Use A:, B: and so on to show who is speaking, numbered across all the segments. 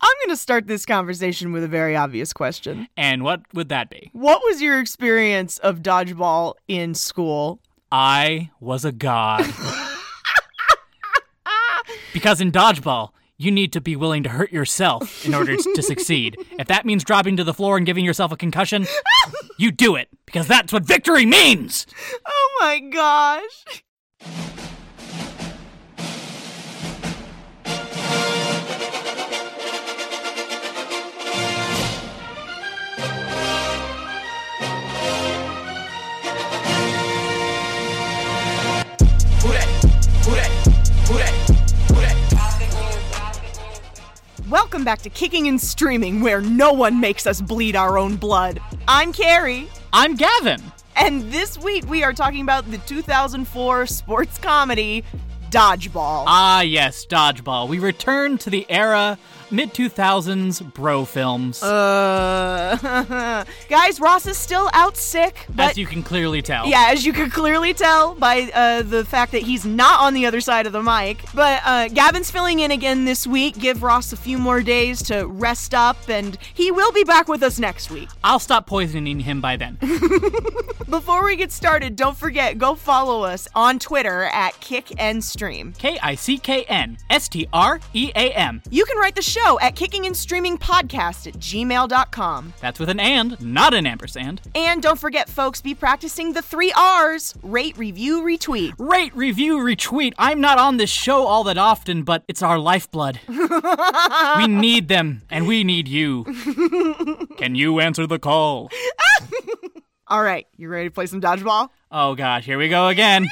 A: going to start this conversation with a very obvious question.
B: And what would that be?
A: What was your experience of dodgeball in school?
B: I was a god. because in dodgeball, you need to be willing to hurt yourself in order to succeed. If that means dropping to the floor and giving yourself a concussion, you do it because that's what victory means.
A: Oh my gosh. Welcome back to Kicking and Streaming, where no one makes us bleed our own blood. I'm Carrie,
B: I'm Gavin.
A: and this week we are talking about the 2004 sports comedy Dodgeball.
B: Ah, yes, dodgeball. We return to the era mid 2000s bro films.
A: Uh, guys, Ross is still out sick, but
B: as you can clearly tell.
A: yeah, as you can clearly tell by uh, the fact that he's not on the other side of the mic. But uh, Gavin's filling in again this week. Give Ross a few more days to rest up, and he will be back with us next week.
B: I'll stop poisoning him by then.
A: Before we get started, don't forget go follow us on Twitter at Kick and Stream.
B: K I C K N S T R E A M.
A: You can write the show at Kicking and Streaming Podcast at gmail.com.
B: That's with an and, not an ampersand.
A: And don't forget, folks, be practicing the three R's rate, review, retweet.
B: Rate, review, retweet. I'm not on this show all that often, but it's our lifeblood. we need them, and we need you. Can you answer the call?
A: All right, you ready to play some dodgeball?
B: Oh gosh, here we go again.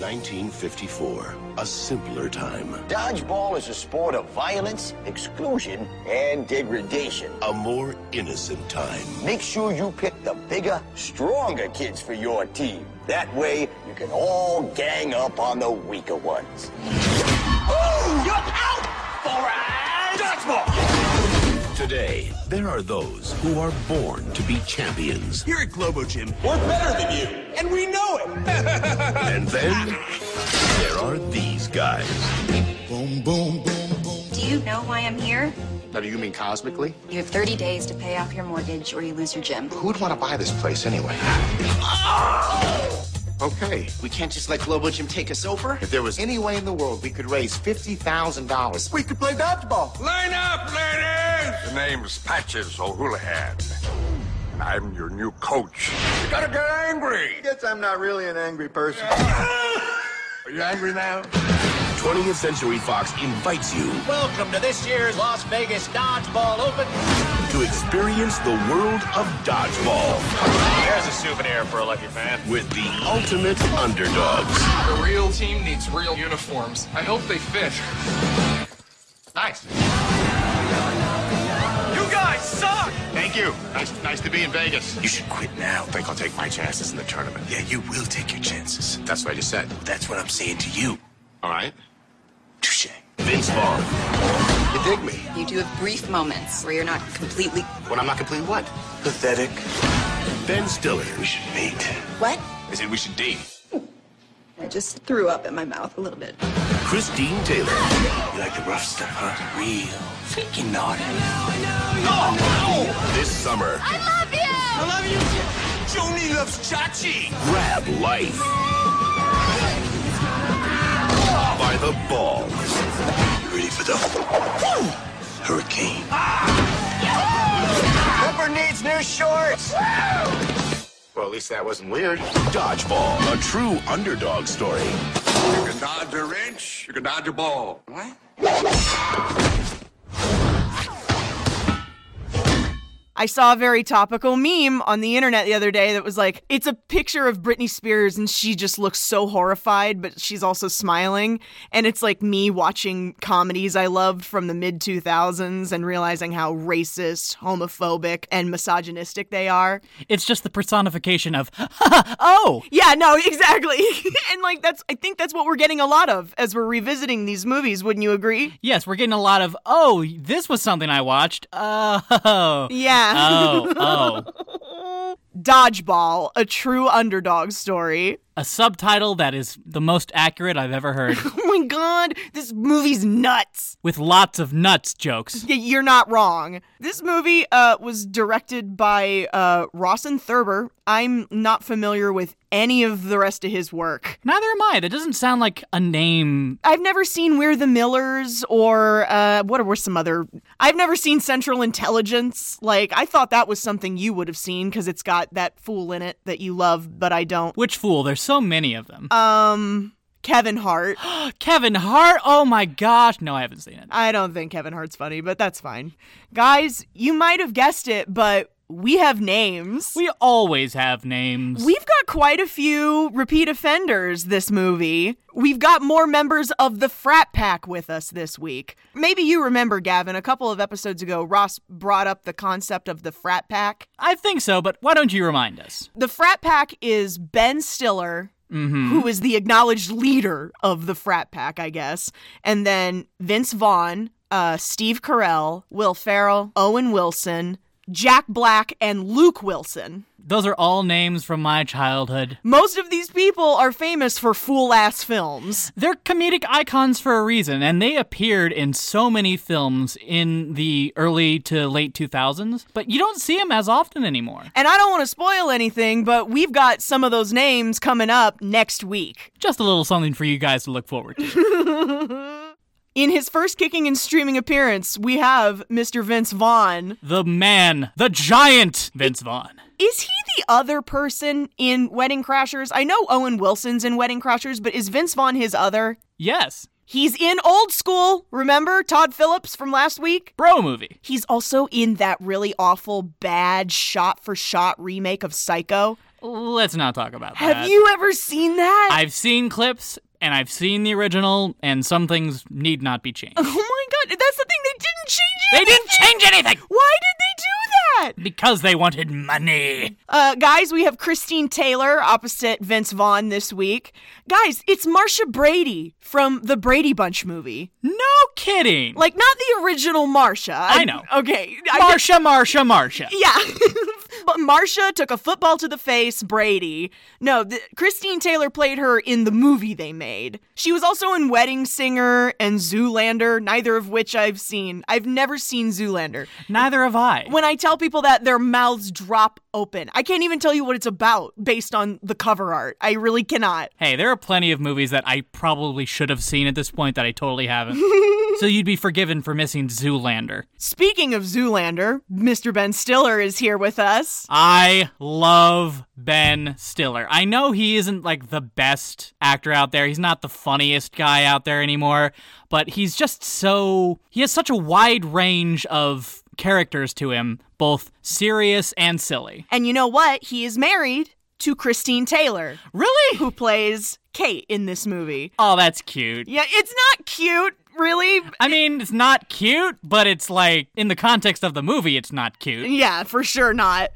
C: 1954, a simpler time.
D: Dodgeball is a sport of violence, exclusion, and degradation.
C: A more innocent time.
D: Make sure you pick the bigger, stronger kids for your team. That way, you can all gang up on the weaker ones. Oh, you're out for a dodgeball!
C: Today, there are those who are born to be champions.
E: Here at Globo Gym,
D: We're better than you, and we know it!
C: And then, there are these guys.
F: Do you know why I'm here?
G: Now, do you mean cosmically?
F: You have 30 days to pay off your mortgage or you lose your gym.
G: Who'd want to buy this place anyway? Okay.
D: We can't just let Globo Gym take us over.
G: If there was any way in the world we could raise $50,000,
D: We could play dodgeball.
H: Line up, ladies! The name's Patches O'Houlihan. And I'm your new coach. You gotta get angry!
E: guess I'm not really an angry person.
H: Are you angry now?
C: 20th Century Fox invites you
D: Welcome to this year's Las Vegas Dodgeball Open.
C: to experience the world of dodgeball
D: There's a souvenir for a lucky fan.
C: with the ultimate underdogs.
I: The real team needs real uniforms. I hope they fit.
G: nice.
D: You guys suck!
G: Thank you. Nice, nice to be in Vegas.
C: You should quit now. Think I'll take my chances in the tournament. Yeah, you will take your chances.
G: That's what I just said.
C: That's what I'm saying to you.
G: All right.
C: Touche. Vince Vaughn.
G: You dig me?
F: You do have brief moments where you're not completely.
G: When I'm not complete, what?
D: Pathetic.
C: Ben Stiller. We should meet.
F: What?
G: I said we should date.
F: I just threw up in my mouth a little bit.
C: Christine Taylor.
D: You like the rough stuff, huh? Real. Freaking naughty.
C: This summer,
D: I love you. Joni loves Chachi.
C: grab life. By the ball.
D: You ready for the hurricane? Pepper needs new shorts.
G: Well, at least that wasn't weird.
C: Dodgeball. A true underdog story.
H: You can dodge a wrench, you can dodge a ball.
A: I saw a very topical meme on the internet the other day that was like, it's a picture of Britney Spears and she just looks so horrified, but she's also smiling. And it's like me watching comedies I loved from the mid 2000s and realizing how racist, homophobic, and misogynistic they are.
B: It's just the personification of, oh,
A: Yeah, no, exactly. and like, that's, I think that's what we're getting a lot of as we're revisiting these movies, wouldn't you agree?
B: yes, we're getting a lot of, oh, this was something I watched. Oh,
A: Yeah.
B: oh, oh.
A: Dodgeball, a true underdog story.
B: A subtitle that is the most accurate I've ever heard,
A: Oh my god, this movie's nuts.
B: with lots of nuts jokes.
A: Y- You're not wrong. This movie uh, was directed by uh, Rawson Thurber. I'm not familiar with any of the rest of his work.
B: Neither am I. That doesn't sound like a name.
A: I've never seen We're the Millers or uh, what were some other. I've never seen Central Intelligence. Like, I thought that was something you would have seen because it's got that fool in it that you love, but I don't.
B: Which fool? There's so many of them.
A: Um, Kevin Hart.
B: Kevin Hart. Oh my gosh. No, I haven't seen it.
A: I don't think Kevin Hart's funny, but that's fine. Guys, you might have guessed it, but we have names.
B: We always have names.
A: We've got quite a few repeat offenders this movie. We've got more members of the frat pack with us this week. Maybe you remember, Gavin, a couple of episodes ago, Ross brought up the concept of the frat pack.
B: I think so, but why don't you remind us?
A: The frat pack is Ben Stiller. who is the acknowledged leader of the frat pack, I guess. And then Vince Vaughn, uh, Steve Carell, Will Farrell, Owen Wilson, Jack Black, and Luke Wilson.
B: Those are all names from my childhood.
A: Most of these people are famous for fool ass films.
B: They're comedic icons for a reason, and they appeared in so many films in the early to late 2000s, but you don't see them as often anymore.
A: And I don't want to spoil anything, but we've got some of those names coming up next week.
B: Just a little something for you guys to look forward to.
A: In his first kicking and streaming appearance, we have Mr. Vince Vaughn.
B: the man, the giant, Vince Vaughn.
A: Is he the other person in Wedding Crashers? I know Owen Wilson's in Wedding Crashers, but is Vince Vaughn his other?
B: Yes,
A: He's in Old School, remember? Todd Phillips from last week?
B: bro movie.
A: He's also in that really awful, bad shot for shot remake of Psycho.
B: Let's not talk about that.
A: Have you ever seen that?
B: I've seen clips and I've seen the original, and some things need not be changed.
A: Oh my god, that's the thing, they didn't change it!
B: they didn't change anything
A: Why did they do that?
B: because they wanted money.
A: Uh, guys, we have Christine Taylor opposite Vince Vaughn this week. Guys, it's Marsha Brady from the Brady Bunch movie.
B: No kidding.
A: Like, not the original Marsha. I,
B: know.
A: Okay. I-
B: Marsha, Marsha, Marsha.
A: yeah. but Marsha took a football to the face, Brady. No, th- Christine Taylor played her in the movie they made. She was also in Wedding Singer and Zoolander, neither of which I've seen. I've never seen Zoolander.
B: Neither have I.
A: When I tell people that, their mouths drop open. I can't even tell you what it's about based on the cover art. I really cannot.
B: Hey, there are plenty of movies that I probably should have seen at this point that I totally haven't. so you'd be forgiven for missing Zoolander.
A: Speaking of Zoolander, Mr. Ben Stiller is here with us.
B: I love Ben Stiller. I know he isn't like the best actor out there. He's not the funniest guy out there anymore, but he's just so he has such a wide range of characters to him, both serious and silly.
A: And you know what? He is married to Christine Taylor,
B: Really?
A: who plays Kate in this movie.
B: Oh, that's cute.
A: Yeah, it's not cute, really.
B: I mean, it's not cute, but it's like in the context of the movie, it's not cute.
A: Yeah, for sure not.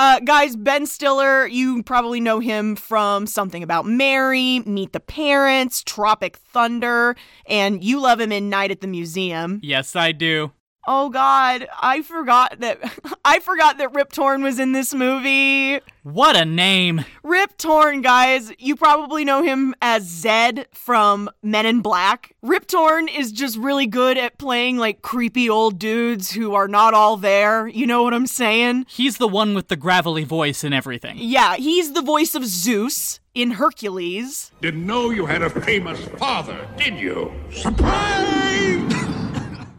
A: Uh, guys, Ben Stiller, you probably know him from Something About Mary, Meet the Parents, Tropic Thunder, and you love him in Night at the Museum.
B: Yes, I do.
A: Oh God, I forgot that I forgot that Rip Torn was in this movie.
B: What a name.
A: Rip Torn, guys, you probably know him as Zed from Men in Black. Rip Torn is just really good at playing like creepy old dudes who are not all there. You know what I'm saying?
B: He's the one with the gravelly voice and everything.
A: Yeah, he's the voice of Zeus in Hercules.
H: Didn't know you had a famous father, did you? Surprise!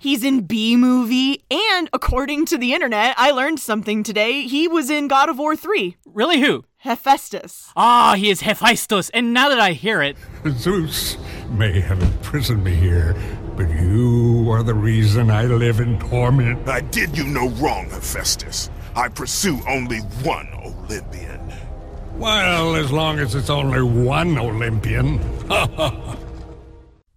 A: He's in B movie, and according to the internet, I learned something today. He was in God of War 3,
B: Really, who?
A: Hephaestus.
B: Ah, he is Hephaestus. And now that I hear it,
J: Zeus may have imprisoned me here, but you are the reason I live in torment.
E: I did you no wrong, Hephaestus. I pursue only one Olympian.
J: Well, as long as it's only one Olympian.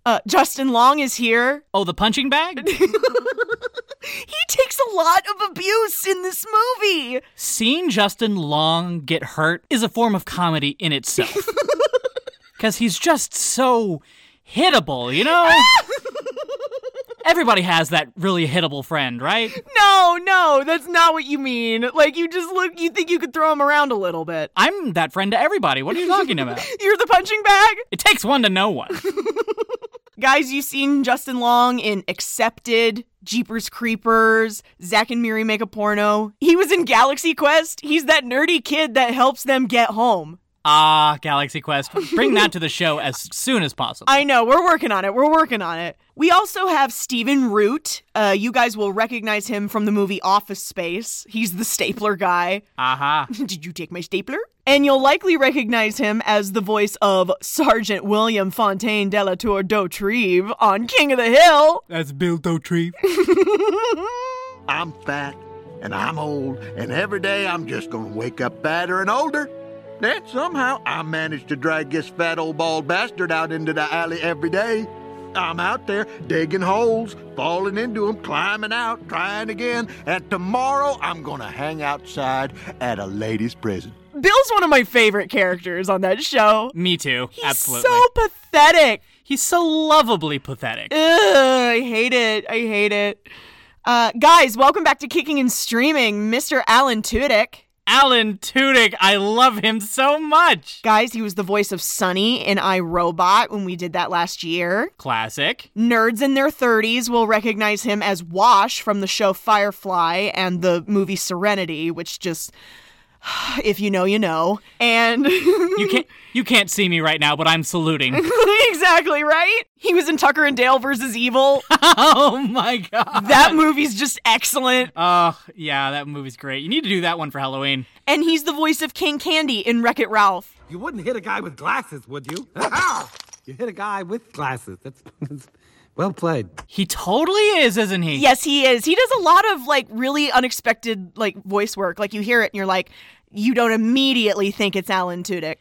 A: Uh, Justin Long is here.
B: oh, the punching bag?
A: He takes a lot of abuse in this movie.
B: Seeing Justin Long get hurt is a form of comedy in itself. Because he's just so hittable, you know? Everybody has that really hittable friend, right?
A: No, no, that's not what you mean. Like you just look, you think you could throw him around a little bit.
B: I'm that friend to everybody. What are you talking about?
A: You're the punching bag.
B: It takes one to know one.
A: Guys, you've seen Justin Long in Accepted, Jeepers Creepers, Zack and Miri Make a Porno. He was in Galaxy Quest. He's that nerdy kid that helps them get home.
B: Ah, Galaxy Quest. Bring that to the show as soon as possible.
A: I know, we're working on it. We're working on it. We also have Steven Root. Uh, you guys will recognize him from the movie Office Space. He's the stapler guy.
B: Aha.
A: Uh-huh. Did you take my stapler? And you'll likely recognize him as the voice of Sergeant William Fontaine Delatour Dautrieve on King of the Hill.
B: That's Bill Dautrieve.
K: I'm fat and I'm old, and every day I'm just going to wake up fatter and older. Then somehow I manage to drag this fat old bald bastard out into the alley every day. I'm out there digging holes, falling into them, climbing out, trying again, and tomorrow I'm gonna hang outside at a lady's prison.
A: Bill's one of my favorite characters on that show.
B: Me too,
A: He's
B: absolutely.
A: so pathetic.
B: He's so lovably pathetic.
A: Ugh, I hate it. I hate it. Uh, guys, welcome back to Kicking and Streaming, Mr. Alan Tudyk.
B: Alan Tudyk, I love him so much.
A: Guys, he was the voice of Sonny in I Robot when we did that last year.
B: Classic.
A: Nerds in their 30s will recognize him as Wash from the show Firefly and the movie Serenity, which just if you know, you know. And
B: You can't you can't see me right now, but I'm saluting.
A: exactly, right? He was in Tucker and Dale versus Evil.
B: oh my god.
A: that movie's just excellent.
B: Oh, yeah, that movie's great. You need to do that one for Halloween.
A: And he's the voice of King Candy in Wreck It Ralph.
L: You wouldn't hit a guy with glasses, would you? Aha! You hit a guy with glasses. That's, that's well played.
B: He totally is, isn't he?
A: Yes, he is. He does a lot of like really unexpected like voice work. Like you hear it and you're like, you don't immediately think it's Alan Tudyk.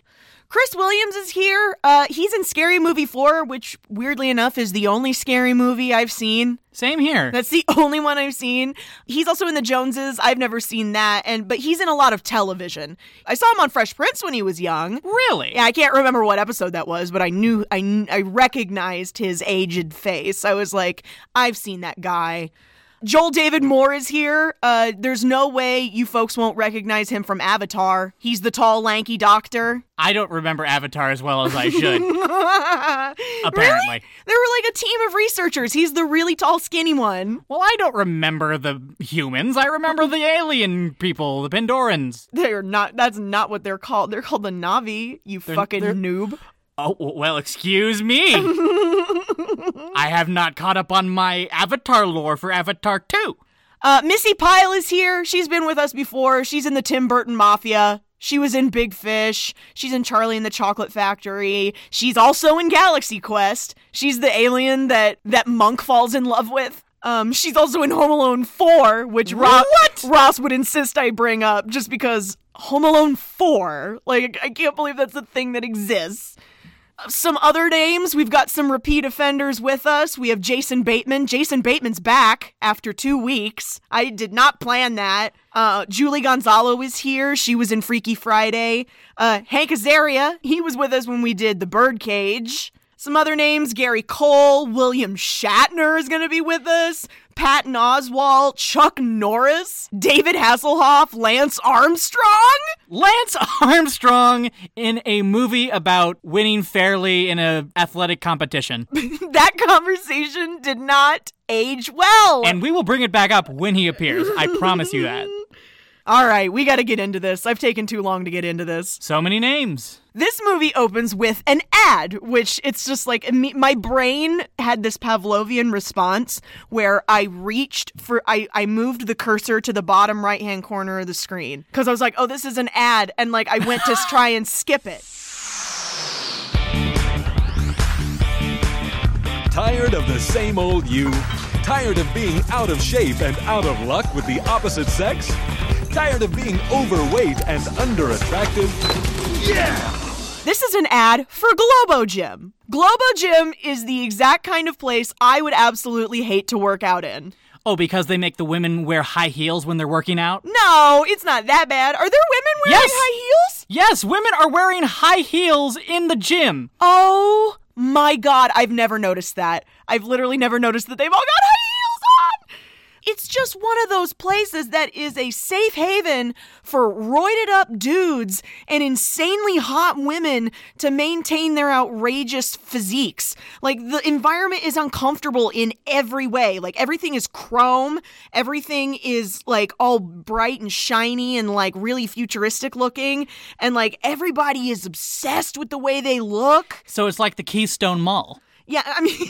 A: Chris Williams is here. Uh, he's in Scary Movie 4, which weirdly enough is the only scary movie I've seen.
B: Same here.
A: That's the only one I've seen. He's also in The Joneses. I've never seen that, and but he's in a lot of television. I saw him on Fresh Prince when he was young.
B: Really?
A: Yeah, I can't remember what episode that was, but I knew I kn- I recognized his aged face. I was like, I've seen that guy. Joel David Moore is here. Uh, there's no way you folks won't recognize him from Avatar. He's the tall, lanky doctor.
B: I don't remember Avatar as well as I should. apparently.
A: Really? There were like a team of researchers. He's the really tall, skinny one.
B: Well, I don't remember the humans. I remember the alien people, the Pandorans.
A: They're not. That's not what they're called. They're called the Navi. You fucking
B: they're-
A: noob.
B: Oh, well, excuse me. I have not caught up on my Avatar lore for Avatar 2.
A: Uh, Missy Pyle is here. She's been with us before. She's in the Tim Burton Mafia. She was in Big Fish. She's in Charlie and the Chocolate Factory. She's also in Galaxy Quest. She's the alien that that monk falls in love with. Um, she's also in Home Alone 4, which Ro-
B: What?
A: Ross would insist I bring up just because Home Alone 4. Like, I can't believe that's a thing that exists some other names. We've got some repeat offenders with us. We have Jason Bateman. Jason Bateman's back after two weeks. I did not plan that. Uh, Julie Gonzalo is here. She was in Freaky Friday. Uh, Hank Azaria, he was with us when we did The Birdcage. Some other names Gary Cole, William Shatner is going to be with us, Patton Oswalt, Chuck Norris, David Hasselhoff, Lance Armstrong.
B: Lance Armstrong in a movie about winning fairly in a athletic competition.
A: that conversation did not age well.
B: and we will bring it back up when he appears. I promise you that.
A: All right, we got to get into this. I've taken too long to get into this.
B: So many names.
A: This movie opens with an ad, which it's just like imme- my brain had this Pavlovian response where I reached for, I, I moved the cursor to the bottom right hand corner of the screen because I was like, oh, this is an ad. And like I went to try and skip it.
M: Tired of the same old you? Tired of being out of shape and out of luck with the opposite sex? Tired of being overweight and underattractive? Yeah!
A: This is an ad for Globo Gym. Globo Gym is the exact kind of place I would absolutely hate to work out in.
B: Oh, because they make the women wear high heels when they're working out?
A: No, it's not that bad. Are there women wearing
B: Yes.
A: high heels?
B: Yes, women are wearing high heels in the gym.
A: Oh My God, I've never noticed that. I've literally never noticed that they've all got high heels on. It's just one of those places that is a safe haven for roided up dudes and insanely hot women to maintain their outrageous physiques. Like the environment is uncomfortable in every way. Like everything is chrome, everything is like all bright and shiny and like really futuristic looking and like everybody is obsessed with the way they look.
B: So it's like the Keystone Mall.
A: Yeah, I mean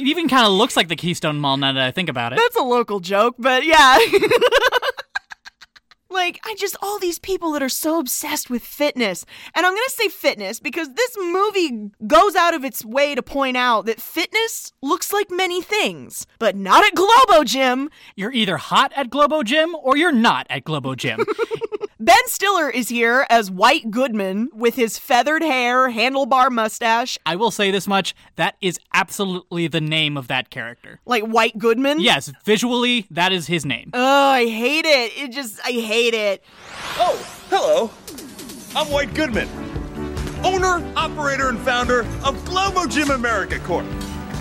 B: It even kind of looks like the Keystone Mall now that I think about it.
A: That's a local joke, but yeah. like, I just, all these people that are so obsessed with fitness. And I'm going to say fitness because this movie goes out of its way to point out that fitness looks like many things, but not at Globo Gym.
B: You're either hot at Globo Gym or you're not at Globo Gym.
A: ben Stiller is here as White Goodman with his feathered hair, handlebar mustache.
B: I will say this much that is absolutely the name of that character.
A: Like White Goodman?
B: Yes, visually, that is his name.
A: Oh, I hate it. It just, I hate it.
C: Oh, hello. I'm White Goodman, owner, operator, and founder of Globo Gym America Corp.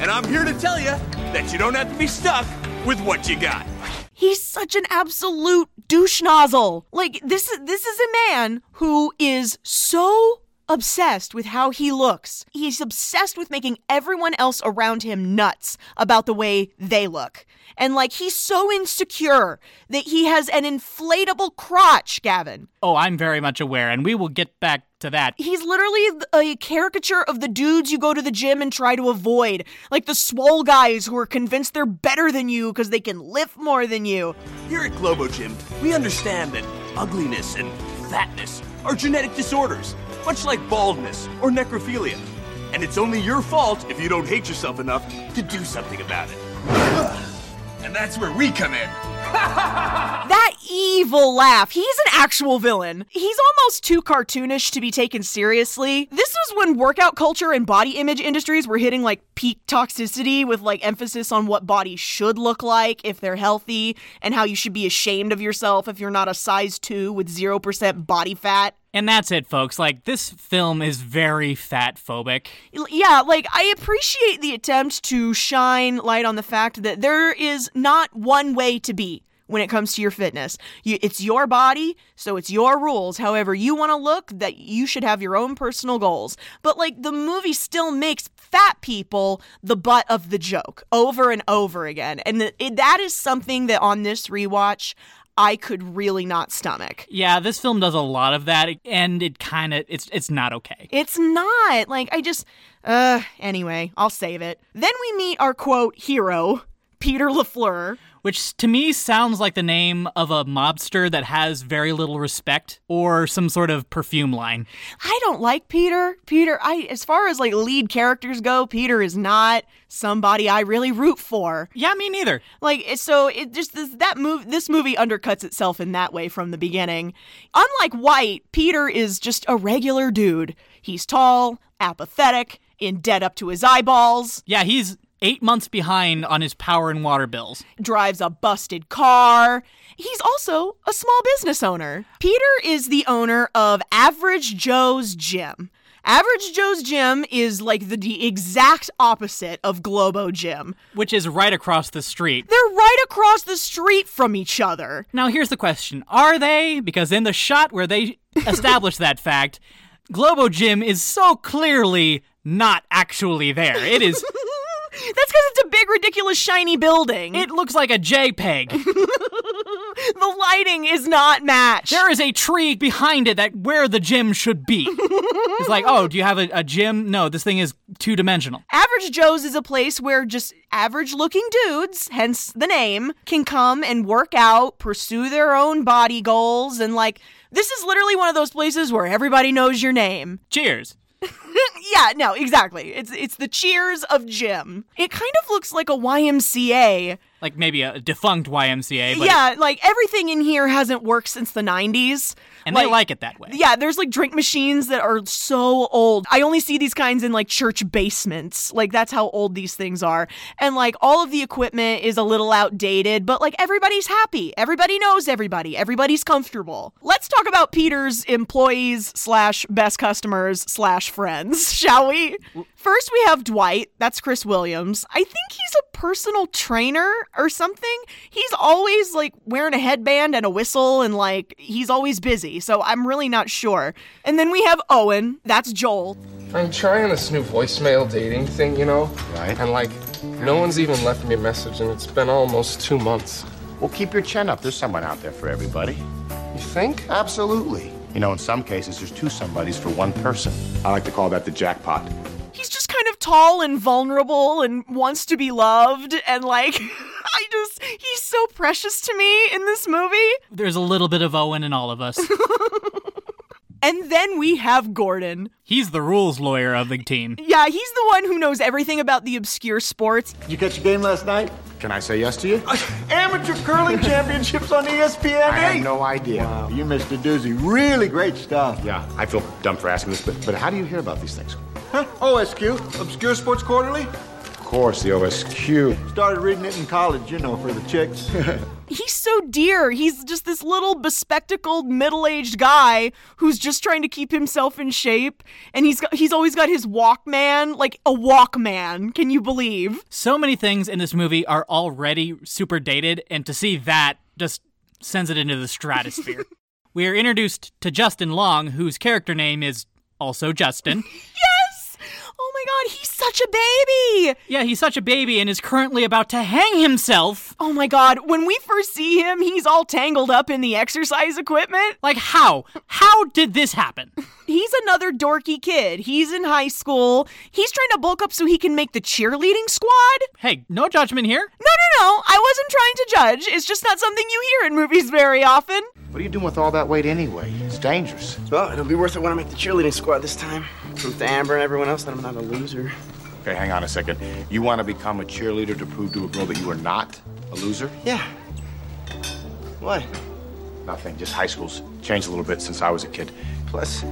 C: And I'm here to tell you that you don't have to be stuck with what you got.
A: He's such an absolute douche nozzle. Like this is this is a man who is so obsessed with how he looks. He's obsessed with making everyone else around him nuts about the way they look. And like he's so insecure that he has an inflatable crotch, Gavin.
B: Oh, I'm very much aware, and we will get back to that.
A: He's literally a caricature of the dudes you go to the gym and try to avoid, like the swole guys who are convinced they're better than you because they can lift more than you.
C: Here at Globo Gym, we understand that ugliness and fatness are genetic disorders, much like baldness or necrophilia. And it's only your fault if you don't hate yourself enough to do something about it. And that's where we come in.
A: that evil laugh. He's an actual villain. He's almost too cartoonish to be taken seriously. This was when workout culture and body image industries were hitting like peak toxicity with like emphasis on what bodies should look like if they're healthy and how you should be ashamed of yourself if you're not a size 2 with 0% body fat.
B: And that's it, folks. Like, this film is very fat phobic.
A: Yeah, like, I appreciate the attempt to shine light on the fact that there is not one way to be when it comes to your fitness. You, it's your body, so it's your rules. However, you want to look, that you should have your own personal goals. But like the movie still makes fat people the butt of the joke over and over again, and the, it, that is something that on this rewatch. I could really not stomach.
B: Yeah, this film does a lot of that and it kind of it's it's not okay.
A: It's not. Like I just uh anyway, I'll save it. Then we meet our quote hero, Peter LaFleur.
B: Which to me sounds like the name of a mobster that has very little respect or some sort of perfume line.
A: I don't like Peter. Peter, I as far as like lead characters go, Peter is not somebody I really root for.
B: Yeah, me neither.
A: Like so it just this, that move this movie undercuts itself in that way from the beginning. Unlike White, Peter is just a regular dude. He's tall, apathetic, in debt up to his eyeballs.
B: Yeah, he's eight months behind on his power and water bills.
A: Drives a busted car. He's also a small business owner. Peter is the owner of Average Joe's Gym. Average Joe's Gym is like the, the, exact opposite of Globo Gym,
B: which is right across the street.
A: They're right across the street from each other.
B: Now, here's the question Are they? Because in the shot where they establish that fact, Globo Gym is so clearly not actually there. It is.
A: That's because it's a big, ridiculous, shiny building.
B: It looks like a JPEG.
A: the lighting is not matched.
B: There is a tree behind it that where the gym should be. it's like, oh, do you have a, a gym? No, this thing is two dimensional.
A: Average Joe's is a place where just average looking dudes, hence the name, can come and work out, pursue their own body goals, and like, this is literally one of those places where everybody knows your name.
B: Cheers.
A: yeah, no, exactly. It's it's the cheers of Jim. It kind of looks like a YMCA
B: like maybe a defunct YMCA. But
A: yeah, like everything in here hasn't worked since the 90s.
B: And they like it that way.
A: Yeah, there's like drink machines that are so old. I only see these kinds in like church basements. Like that's how old these things are. And like all of the equipment is a little outdated, but like everybody's happy. Everybody knows everybody. Everybody's comfortable. Let's talk about Peter's employees slash best customers slash friends, shall we? First, we have Dwight. That's Chris Williams. I think he's a personal trainer or something. He's always like wearing a headband and a whistle and like he's always busy. So I'm really not sure. And then we have Owen. That's Joel.
I: I'm trying this new voicemail dating thing, you know? Right. And like, no one's even left me a message, and it's been almost two months.
G: Well, keep your chin up. There's someone out there for everybody.
I: You think?
G: Absolutely. You know, in some cases, there's two somebodies for one person. I like to call that the jackpot.
A: He's just kind of tall and vulnerable and wants to be loved and like I just he's so precious to me in this movie.
B: There's a little bit of Owen in all of us.
A: And then we have Gordon.
B: He's the rules lawyer of the team.
A: Yeah, he's the one who knows everything about the obscure sports.
G: You catch your game last night? Can I say yes to you?
K: Amateur curling championships on
C: E
K: ESPN.
G: I had no idea.
K: Wow, you missed a doozy. Really great stuff.
G: Yeah, I feel dumb for asking this, but, but how do you hear about these things?
K: Huh? OSQ, Obscure Sports Quarterly.
G: Of course, the OSQ.
K: Started reading it in college, you know, for the chicks.
A: He's so dear. He's just this little bespectacled middle-aged guy who's just trying to keep himself in shape, and he's got, he's always got his Walkman, like a Walkman. Can you believe?
B: So many things in this movie are already super dated, and to see that just sends it into the stratosphere. we are introduced to Justin Long, whose character name is also Justin.
A: Yes. Oh my god, he's such a baby.
B: yeah, he's such a baby and is currently about to hang himself.
A: Oh my god, when we first see him, he's all tangled up in the exercise equipment.
B: Like how? How did this happen?
A: He's another dorky kid. He's in high school. He's trying to bulk up so he can make the cheerleading squad.
B: Hey, no judgment here.
A: No, no, no. I wasn't trying to judge. It's just not something you hear in movies very often.
G: What are you doing with all that weight anyway? It's dangerous.
N: Well, it'll be worth it when I make the cheerleading squad this time. Prove to Amber and everyone else that I'm not a loser.
G: Okay, hang on a second. You want to become a cheerleader to prove to a girl that you are not a loser?
N: Yeah. What?
G: Nothing, just high school's changed a little bit since I was a kid.
N: Plus,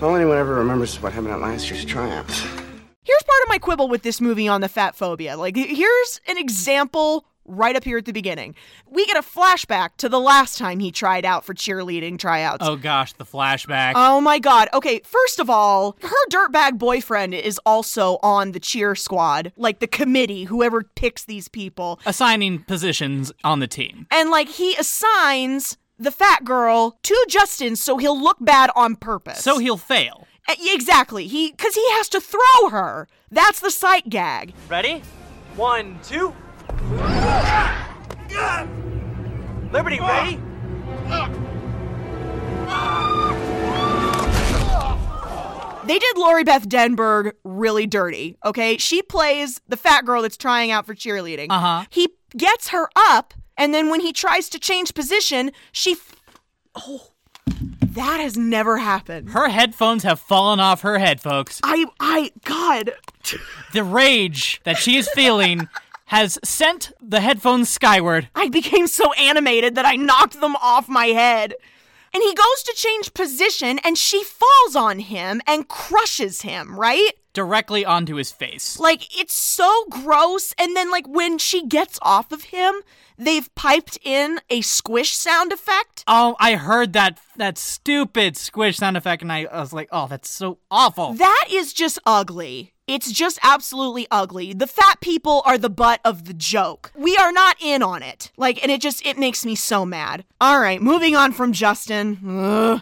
N: all anyone ever remembers is what happened at last year's tryouts.
A: Here's part of my quibble with this movie on the fat phobia. Like, here's an example right up here at the beginning. We get a flashback to the last time he tried out for cheerleading tryouts.
B: Oh gosh, the flashback.
A: Oh my god. Okay, first of all, her dirtbag boyfriend is also on the cheer squad, like the committee, whoever picks these people.
B: Assigning positions on the team.
A: And like he assigns the fat girl to Justin so he'll look bad on purpose.
B: So he'll fail.
A: Uh, Exactly. He cuz he has to throw her. That's the sight gag.
O: Ready? One, two. Liberty,
P: Ah!
O: ready?
A: They did Lori Beth Denberg really dirty, okay? She plays the fat girl that's trying out for cheerleading.
B: Uh-huh.
A: He gets her up, and then when he tries to change position, she. F- oh, that has never happened.
B: Her headphones have fallen off her head, folks.
A: I, I, God.
B: The rage that she is feeling has sent the headphones skyward.
A: I became so animated that I knocked them off my head. And he goes to change position, and she falls on him and crushes him, right?
B: Directly onto his face.
A: Like, it's so gross. And then, like, when she gets off of him, they've piped in a squish sound effect.
B: Oh, I heard that that stupid squish sound effect, and I, I was like, oh, that's so awful.
A: That is just ugly. It's just absolutely ugly. The fat people are the butt of the joke. We are not in on it. Like, and it just, it makes me so mad. All right, moving on from Justin. Ugh.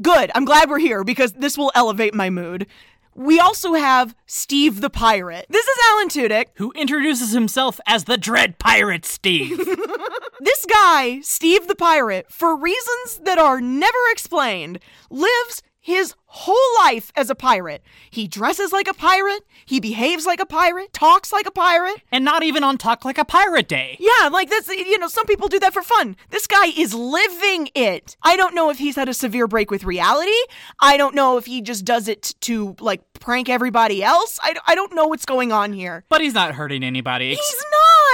A: Good. I'm glad we're here because this will elevate my mood. We also have Steve the Pirate. This is Alan Tudyk.
B: Who introduces himself as the Dread Pirate Steve?
A: This guy, Steve the Pirate, for reasons that are never explained, lives his whole life as a pirate. He dresses like a pirate, he behaves like a pirate, talks like a pirate.
B: and not even on Talk Like a Pirate Day.
A: Yeah, like that's, you know, some people do that for fun. This guy is living it. I don't know if he's had a severe break with reality. I don't know if he just does it to, like, prank everybody else. I, I don't know what's going on here.
B: But he's not hurting anybody.
A: He's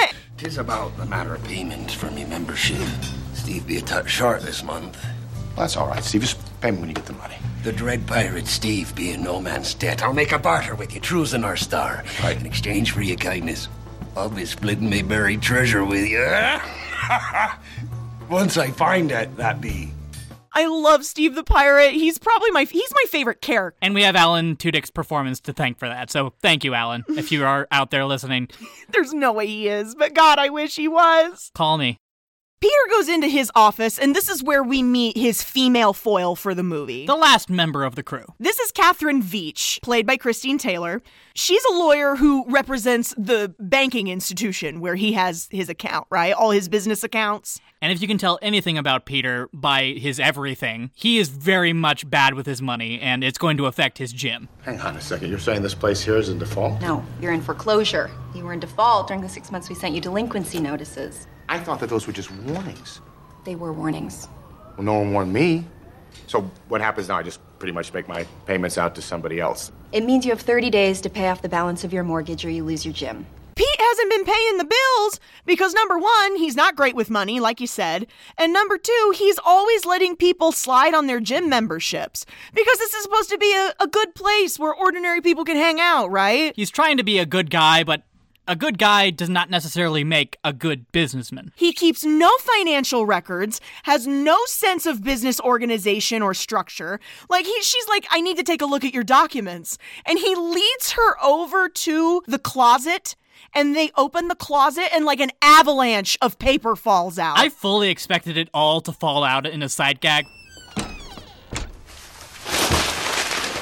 A: not!
P: Tis about the matter of payment for me membership. Steve be a touch short this month.
G: That's all right, Steve. Just pay me when you get the money.
P: The dread pirate Steve be in no man's debt. I'll make a barter with you, true's in our star. In exchange for your kindness, I'll be splitting my buried treasure with you. Once I find it, that be.
A: I love Steve the Pirate. He's probably my he's my favorite character.
B: And we have Alan Tudyk's performance to thank for that. So thank you, Alan, if you are out there listening.
A: There's no way he is, but God, I wish he was.
B: Call me.
A: Peter goes into his office, and this is where we meet his female foil for the movie.
B: The last member of the crew.
A: This is Catherine Veach, played by Christine Taylor. She's a lawyer who represents the banking institution where he has his account, right? All his business accounts.
B: And if you can tell anything about Peter by his everything, he is very much bad with his money, and it's going to affect his gym.
G: Hang on a second. You're saying this place here is in default?
F: No, you're in foreclosure. You were in default during the six months we sent you delinquency notices.
G: I thought that those were just warnings.
F: They were warnings.
G: Well, no one warned me. So what happens now? I just pretty much make my payments out to somebody else.
F: It means you have 30 days to pay off the balance of your mortgage or you lose your gym.
A: Pete hasn't been paying the bills because number one, he's not great with money, like you said. And number two, he's always letting people slide on their gym memberships because this is supposed to be a, a good place where ordinary people can hang out, right?
B: He's trying to be a good guy, but a good guy does not necessarily make a good businessman.
A: He keeps no financial records, has no sense of business organization or structure. Like he, she's like, I need to take a look at your documents, and he leads her over to the closet. And they open the closet, and like an avalanche of paper falls out.
B: I fully expected it all to fall out in a side gag.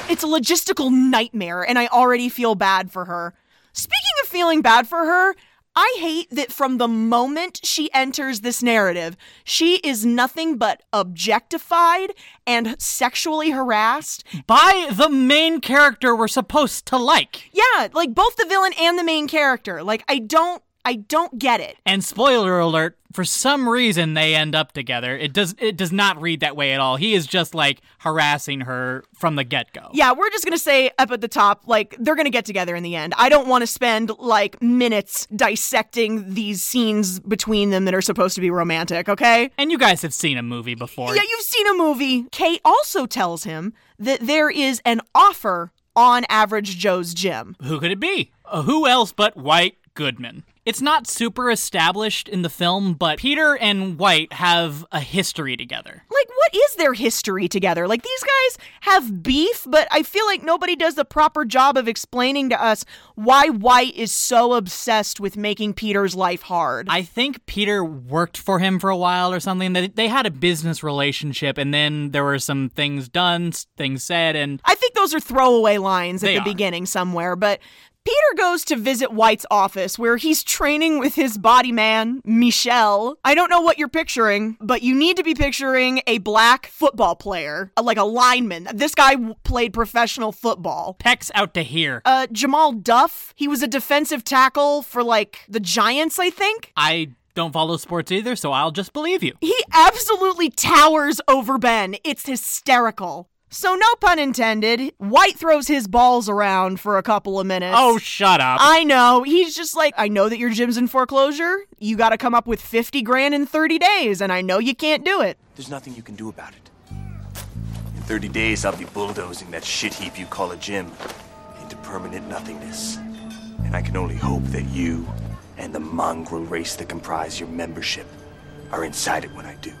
A: It's a logistical nightmare, and I already feel bad for her. Speaking of feeling bad for her, I hate that from the moment she enters this narrative, she is nothing but objectified and sexually harassed
B: by the main character we're supposed to like.
A: Yeah, like both the villain and the main character. Like I don't I don't get it.
B: And spoiler alert, for some reason they end up together. It does it does not read that way at all. He is just like harassing her from the get-go.
A: Yeah, we're just going to say up at the top like they're going to get together in the end. I don't want to spend like minutes dissecting these scenes between them that are supposed to be romantic, okay?
B: And you guys have seen a movie before.
A: Yeah, you've seen a movie. Kate also tells him that there is an offer on Average Joe's gym.
B: Who could it be? Uh, who else but White Goodman? It's not super established in the film, but Peter and White have a history together.
A: Like, what is their history together? Like, these guys have beef, but I feel like nobody does the proper job of explaining to us why White is so obsessed with making Peter's life hard.
B: I think Peter worked for him for a while or something. They, they had a business relationship, and then there were some things done, things said, and.
A: I think those are throwaway lines at
B: They
A: the
B: are.
A: beginning somewhere, but Peter goes to visit White's office where he's training with his body man, Michel. I don't know what you're picturing, but you need to be picturing a black football player, uh, like a lineman. This guy w- played professional football.
B: Peck's out to here.
A: Uh, Jamal Duff, he was a defensive tackle for like the Giants, I think.
B: I don't follow sports either, so I'll just believe you.
A: He absolutely towers over Ben. It's hysterical. So, no pun intended, White throws his balls around for a couple of minutes.
B: Oh, shut up.
A: I know. He's just like, I know that your gym's in foreclosure. You got to come up with 50 grand in 30 days, and I know you can't do it.
C: There's nothing you can do about it. In 30 days, I'll be bulldozing that shit heap you call a gym into permanent nothingness. And I can only hope that you and the mongrel race that comprise your membership are inside it when I do.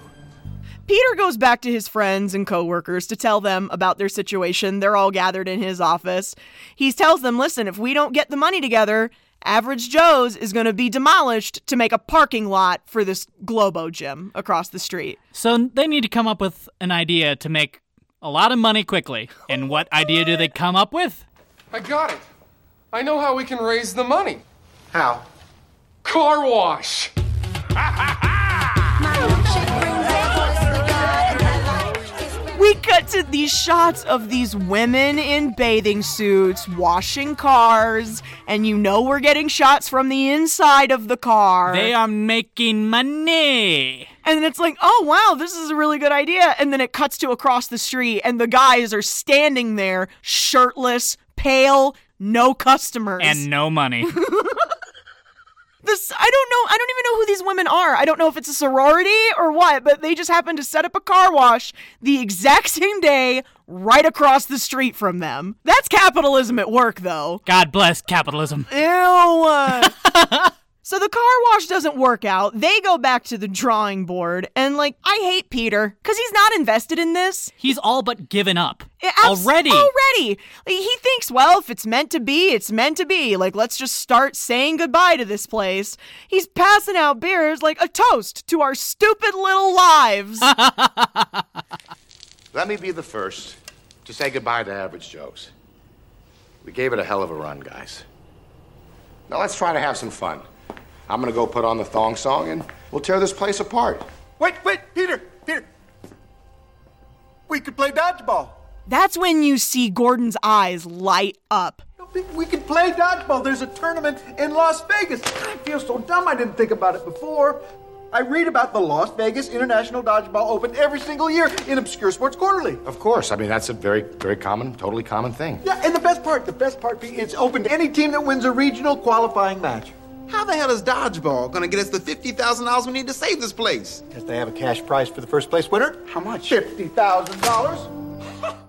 A: Peter goes back to his friends and coworkers to tell them about their situation. They're all gathered in his office. He tells them, listen, if we don't get the money together, Average Joe's is going to be demolished to make a parking lot for this Globo gym across the street.
B: So they need to come up with an idea to make a lot of money quickly. And what idea do they come up with?
I: I got it. I know how we can raise the money.
G: How?
I: Car wash.
A: We cut to these shots of these women in bathing suits washing cars, and you know we're getting shots from the inside of the car.
B: They are making money.
A: And then it's like, oh wow, this is a really good idea. And then it cuts to across the street, and the guys are standing there, shirtless, pale, no customers.
B: And no money.
A: this I don't know I don't even know who these women are. I don't know if it's a sorority or what, but they just happened to set up a car wash the exact same day right across the street from them. That's capitalism at work though.
B: God bless capitalism.
A: Ew. So the car wash doesn't work out. They go back to the drawing board, and like, I hate Peter because he's not invested in this.
B: He's all but given up.
A: It Eh, abs-
B: Already.
A: Already. Like, he thinks, well, if it's meant to be, it's meant to be. Like, let's just start saying goodbye to this place. He's passing out beers like a toast to our stupid little lives.
G: Let me be the first to say goodbye to average Joe's. We gave it a hell of a run, guys. Now let's try to have some fun. I'm gonna go put on the thong song and we'll tear this place apart.
K: Wait, wait, Peter, Peter. We could play dodgeball.
A: That's when you see Gordon's eyes light up.
K: We could play dodgeball. There's a tournament in Las Vegas. I feel so dumb I didn't think about it before. I read about the Las Vegas International Dodgeball Open every single year in Obscure Sports Quarterly.
G: Of course, I mean, that's a very, very common, totally common thing.
K: Yeah, and the best part, the best part, Pete, it's open to any team that wins a regional qualifying match.
Q: How the hell is dodgeball gonna get us the fifty thousand dollars we need to save this place?
K: Because they have a cash prize for the first place winner. How much? Fifty thousand dollars.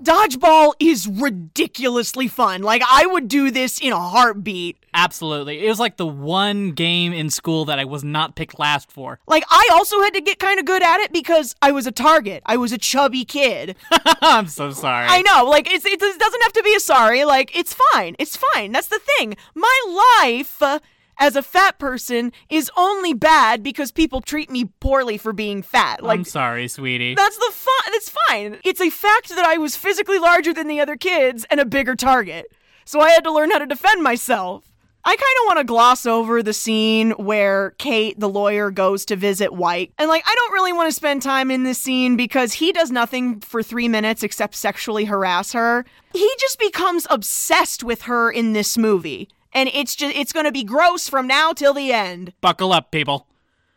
A: Dodgeball is ridiculously fun. Like, I would do this in a heartbeat.
B: Absolutely. It was like the one game in school that I was not picked last for.
A: Like, I also had to get kind of good at it because I was a target. I was a chubby kid.
B: I'm so sorry.
A: I know. Like, it's, it doesn't have to be a sorry. Like, it's fine. It's fine. That's the thing. My life. uh, as a fat person is only bad because people treat me poorly for being fat. Like
B: I'm sorry, sweetie.
A: that's the fun. That's fine. It's a fact that I was physically larger than the other kids and a bigger target. So I had to learn how to defend myself. I kind of want to gloss over the scene where Kate, the lawyer, goes to visit White. And, like, I don't really want to spend time in this scene because he does nothing for three minutes except sexually harass her. He just becomes obsessed with her in this movie. And it's just, it's going to be gross from now till the end.
B: Buckle up, people.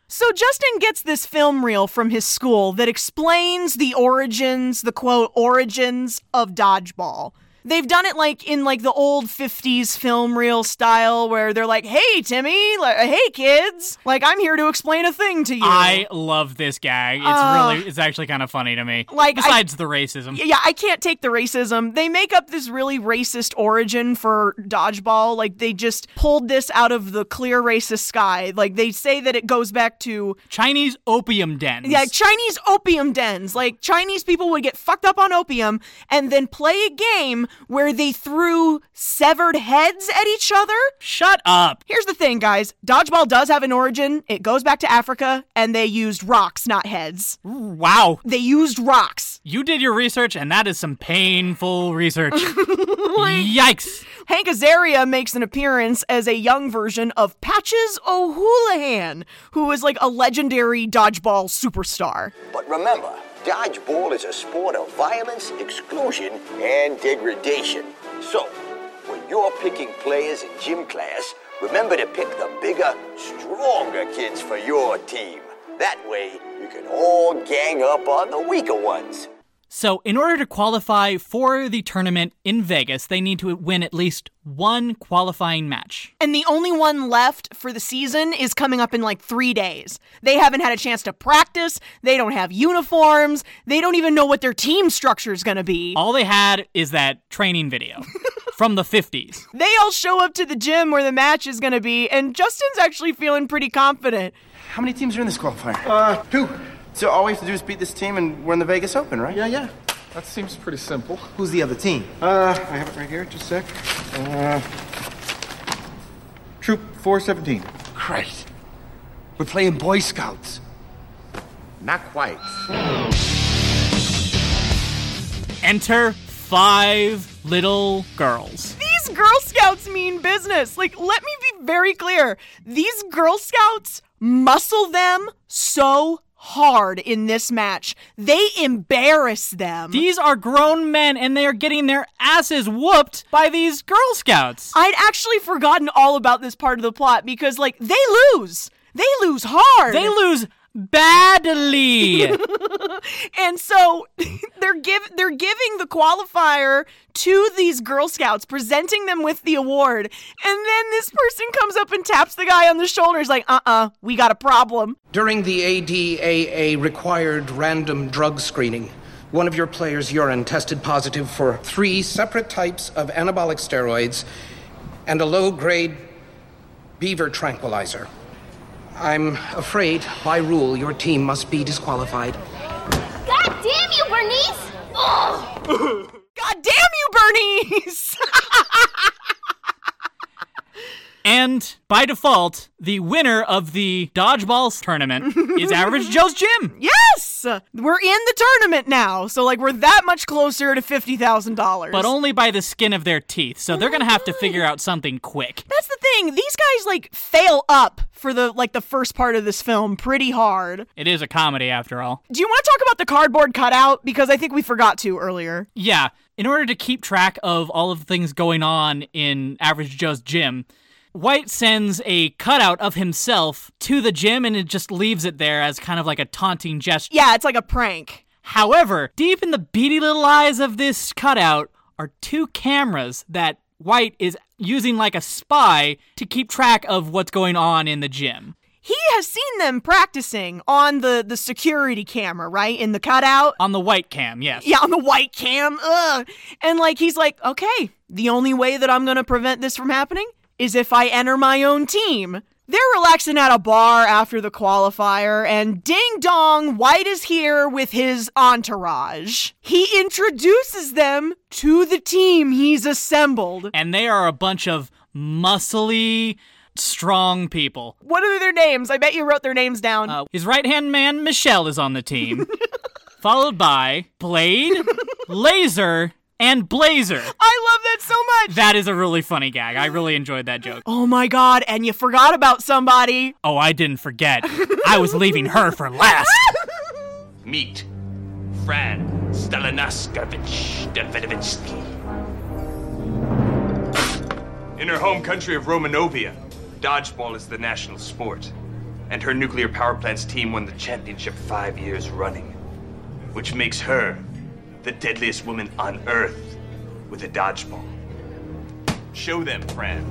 A: So Justin gets this film reel from his school that explains the origins, the quote origins of dodgeball. They've done it like in like the old 50s film reel style where they're like, "Hey Timmy, like, hey kids, like I'm here to explain a thing to you."
B: I love this gag. It's
A: Uh,
B: really, it's actually kind of funny to me.
A: like, I-
B: besides the racism,
A: Yeah, I can't take the racism. They make up this really racist origin for dodgeball. Like they just pulled this out of the clear racist sky. Like they say that it goes back to
B: Chinese opium dens.
A: Yeah, Chinese opium dens. Like Chinese people would get fucked up on opium and then play a game where they threw severed heads at each other.
B: Shut up.
A: Here's the thing, guys. Dodgeball does have an origin. It goes back to Africa and they used rocks, not heads.
B: Wow.
A: They used rocks.
B: You did your research, and that is some painful research. Yikes.
A: Hank Azaria makes an appearance as a young version of Patches O'Houlihan, who is like a legendary dodgeball superstar.
D: But remember, dodgeball is a sport of violence, exclusion, and degradation. So, when you're picking players in gym class, remember to pick the bigger, stronger kids for your team. That way, you can all gang up on the weaker ones.
B: So, in order to qualify for the tournament in Vegas, they need to win at least one qualifying match.
A: And the only one left for the season is coming up in like three days. They haven't had a chance to practice. They don't have uniforms. They don't even know what their team structure is going to be.
B: All they had is that training video from the 50s.
A: They all show up to the gym where the match is going to be, and Justin's actually feeling pretty confident.
N: How many teams are in this qualifier? Uh, two. So all we have to do is beat this team and we're in the Vegas Open, right? Yeah, yeah. That seems pretty simple. Who's the other team? Uh, I have it right here, just a sec. Uh, Troop 417. Great. We're playing Boy Scouts.
G: Not quite.
B: Enter five little girls.
A: These Girl Scouts mean business. Like, let me be very clear. These Girl Scouts muscle them so hard in this match. They embarrass them.
B: These are grown men, and they are getting their asses whooped by these Girl Scouts.
A: I'd actually forgotten all about this part of the plot because, like, they lose. They lose hard.
B: They lose badly.
A: and so they're give they're giving the qualifier to these Girl Scouts, presenting them with the award, and then this person comes up and taps the guy on the shoulder. He's like, "Uh, uh we got a problem."
I: During the ADAA required random drug screening, one of your players' urine tested positive for three separate types of anabolic steroids and a low grade beaver tranquilizer. I'm afraid, by rule, your team must be disqualified.
R: God damn you, Bernice! Ugh.
A: God damn you, Bernice!
B: And by default, the winner of the dodgeball tournament is Average Joe's Gym.
A: Yes, we're in the tournament now, so like we're that much closer to fifty thousand dollars.
B: But only by the skin of their teeth, so they're gonna have to figure out something quick.
A: That's the thing. These guys like fail up for the like the first part of this film pretty hard.
B: It is a comedy after all.
A: Do you want to talk about the cardboard cutout because I think we forgot to earlier.
B: Yeah, in order to keep track of all of the things going on in Average Joe's Gym, White sends a cutout of himself to the gym and it just leaves it there as kind of like a taunting gesture.
A: Yeah, it's like a prank.
B: However, deep in the beady little eyes of this cutout are two cameras that White is using like a spy to keep track of what's going on in the gym.
A: He has seen them practicing on the the security camera, right? In the cutout.
B: On the white cam, yes.
A: Yeah, on the white cam. Ugh. And like he's like, "Okay, the only way that I'm going to prevent this from happening is if I enter my own team. They're relaxing at a bar after the qualifier, and ding dong, White is here with his entourage. He introduces them to the team he's assembled.
B: And they are a bunch of muscly, strong people.
A: What are their names? I bet you wrote their names down.
B: Uh, his right hand man, Michelle, is on the team, followed by Blade, Laser, and
A: I
B: Blazer.
A: love that so much.
B: That is a really funny gag. I really enjoyed that joke.
A: Oh my god, and you forgot about somebody.
B: Oh, I didn't forget. I was leaving her for last.
C: Meet Fran Stalinaskarovich Davidovitsky. In her home country of Romanovia, dodgeball is the national sport, and her nuclear power plant's team won the championship five years running, which makes her the deadliest woman on Earth with a dodgeball. Show them, Fran.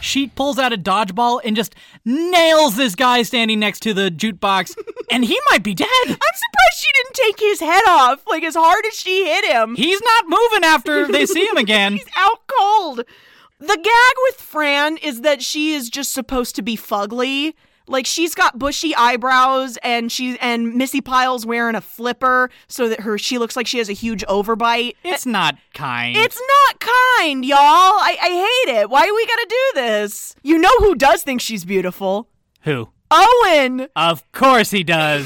B: She pulls out a dodgeball and just nails this guy standing next to the jukebox, and he might be dead. I'm
A: surprised she didn't take his head off, like as hard as she hit him.
B: He's not moving after they see him again.
A: He's out cold. The gag with Fran is that she is just supposed to be fugly. Like she's got bushy eyebrows and she's and Missy Pyle's wearing a flipper so that her she looks like she has a huge overbite.
B: It's not kind.
A: It's not kind, y'all. I, I hate it. Why do we gotta do this? You know who does think she's beautiful?
B: Who?
A: Owen!
B: Of course he does.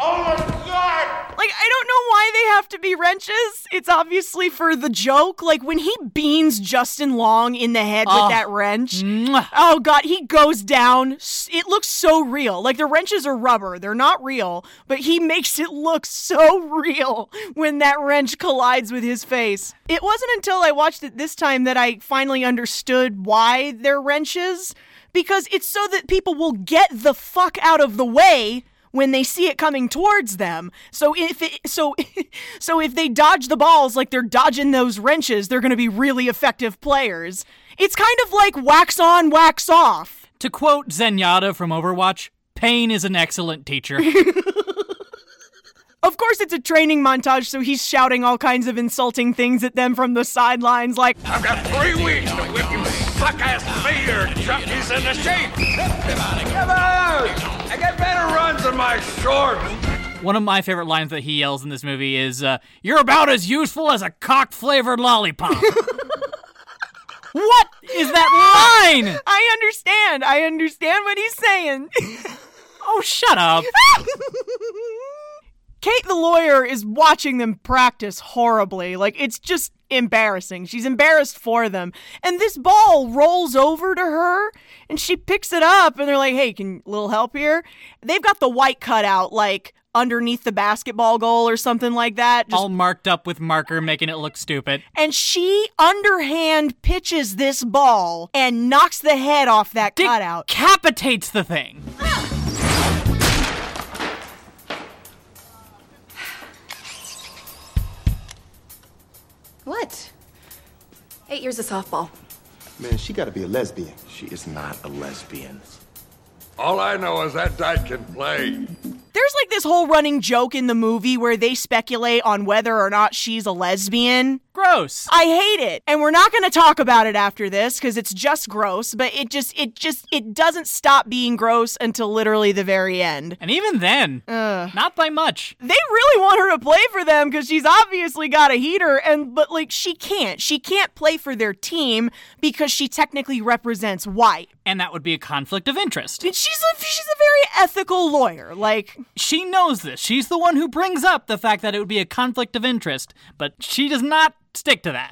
A: Oh my god! Like, I don't know why they have to be wrenches. It's obviously for the joke. Like, when he beans Justin Long in the head
B: Oh.
A: with that wrench, oh god, he goes down. S- It looks so real. Like, the wrenches are rubber, they're not real, but he makes it look so real when that wrench collides with his face. It wasn't until I watched it this time that I finally understood why they're wrenches. Because it's so that people will get the fuck out of the way when they see it coming towards them. So if it, so so if they dodge the balls like they're dodging those wrenches, they're going to be really effective players. It's kind of like wax on, wax off.
B: To quote Zenyatta from Overwatch, pain is an excellent teacher.
A: Of course, it's a training montage, so he's shouting all kinds of insulting things at them from the sidelines, like,
H: I've got three weeks to whip you suck-ass finger junkies into shape. Come on! I got better runs in my shorts.
B: One of my favorite lines that he yells in this movie is, uh, You're about as useful as a cock flavored lollipop. what is that line?
A: I understand. I understand what he's saying.
B: oh, shut up.
A: Kate the lawyer is watching them practice horribly. Like it's just embarrassing. She's embarrassed for them. And this ball rolls over to her and she picks it up and they're like, "Hey, can little help here?" They've got the white cutout like underneath the basketball goal or something like that. Just
B: All marked up with marker, making it look stupid.
A: and she underhand pitches this ball and knocks the head off that cutout.
B: Capitates the thing.
F: What? Eight years of softball.
G: Man, she gotta be a lesbian. She is not a lesbian.
H: All I know is that dyke can play.
A: There's like this whole running joke in the movie where they speculate on whether or not she's a lesbian.
B: Gross.
A: I hate it. And we're not going to talk about it after this cuz it's just gross, but it just it just it doesn't stop being gross until literally the very end.
B: And even then, not by much.
A: They really want her to play for them cuz she's obviously got a heater and but like she can't. She can't play for their team because she technically represents white.
B: And that would be a conflict of interest.
A: And she's a she's a very ethical lawyer. Like
B: She knows this. She's the one who brings up the fact that it would be a conflict of interest, but she does not stick to that.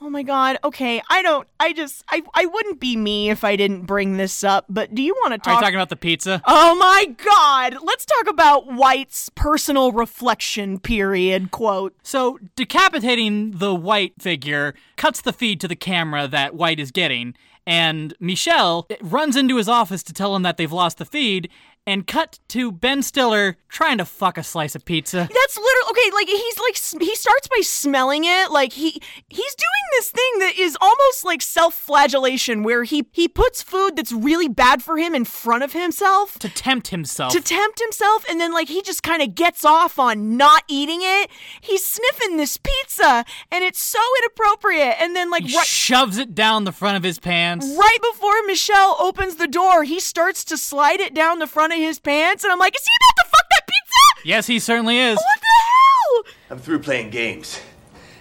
A: oh my god. Okay, I don't. I just. I. I wouldn't be me if I didn't bring this up. But do you want to
B: Are you
A: talk?
B: talking about the pizza?
A: Oh my god. Let's talk about White's personal reflection period quote.
B: So, decapitating the white figure cuts the feed to the camera that White is getting, and Michelle runs into his office to tell him that they've lost the feed, and cut to Ben Stiller trying to fuck a slice of pizza.
A: That's literally okay. Like he's like sm- he starts by smelling it. Like he he's doing this thing that is almost like self-flagellation, where he he puts food that's really bad for him in front of himself
B: to tempt himself.
A: to tempt himself and then like he just kind of gets off on not eating it he's sniffing this pizza and it's so inappropriate and then like right,
B: shoves it down the front of his pants.
A: right before michelle opens the door he starts to slide it down the front of his pants and i'm like is he about to fuck that pizza
B: Yes, he certainly is.
A: what the hell
C: I'm through playing games.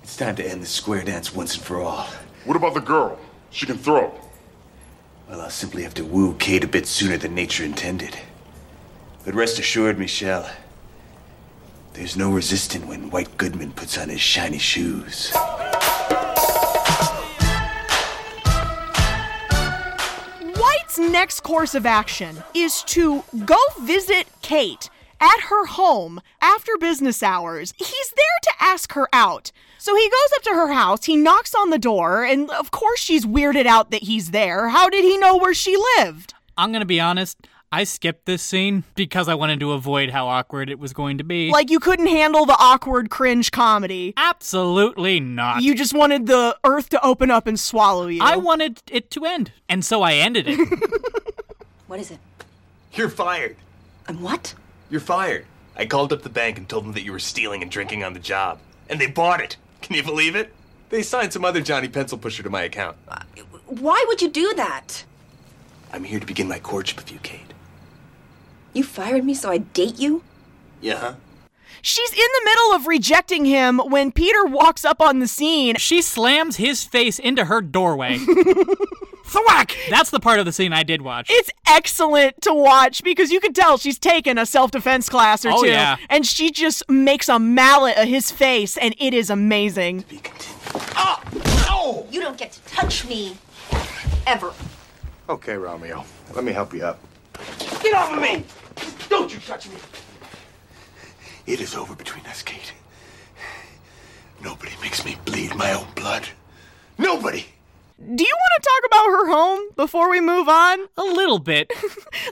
C: It's time to end this square dance once and for all.
E: What about the girl? She can throw.
C: Well, I'll simply have to woo Kate a bit sooner than nature intended.
D: But rest assured, Michelle, there's no resisting when White Goodman puts on his shiny shoes.
A: White's next course of action is to go visit Kate at her home after business hours. He's there to ask her out. So he goes up to her house, he knocks on the door, and of course she's weirded out that he's there. How did he know where she lived?
B: I'm gonna be honest. I skipped this scene because I wanted to avoid how awkward it was going to be.
A: Like you couldn't handle the awkward cringe comedy.
B: absolutely not.
A: You just wanted the earth to open up and swallow you.
B: I wanted it to end, and so I ended it.
F: What is it?
S: You're fired.
F: I'm what?
S: You're fired. I called up the bank and told them that you were stealing and drinking on the job. And they bought it. Can you believe it? They assigned some other Johnny Pencil Pusher to my account.
F: Why would you do that?
S: I'm here to begin my courtship of you, Kate.
F: You fired me so I date you?
S: Yeah?
A: She's in the middle of rejecting him when Peter walks up on the scene.
B: She slams his face into her doorway. Thwack! That's the part of the scene I did watch.
A: It's excellent to watch because you can tell she's taken a self defense class or
B: Oh,
A: two.
B: yeah.
A: And she just makes a mallet of his face, and it is amazing.
F: Oh! You don't get to touch me. Ever.
G: Okay, Romeo, let me help you up.
C: Get off of me! Don't you touch me!
Q: It is over between us, Kate. Nobody makes me bleed my own blood. Nobody!
A: Do you want to talk about her home before we move on?
B: A little bit.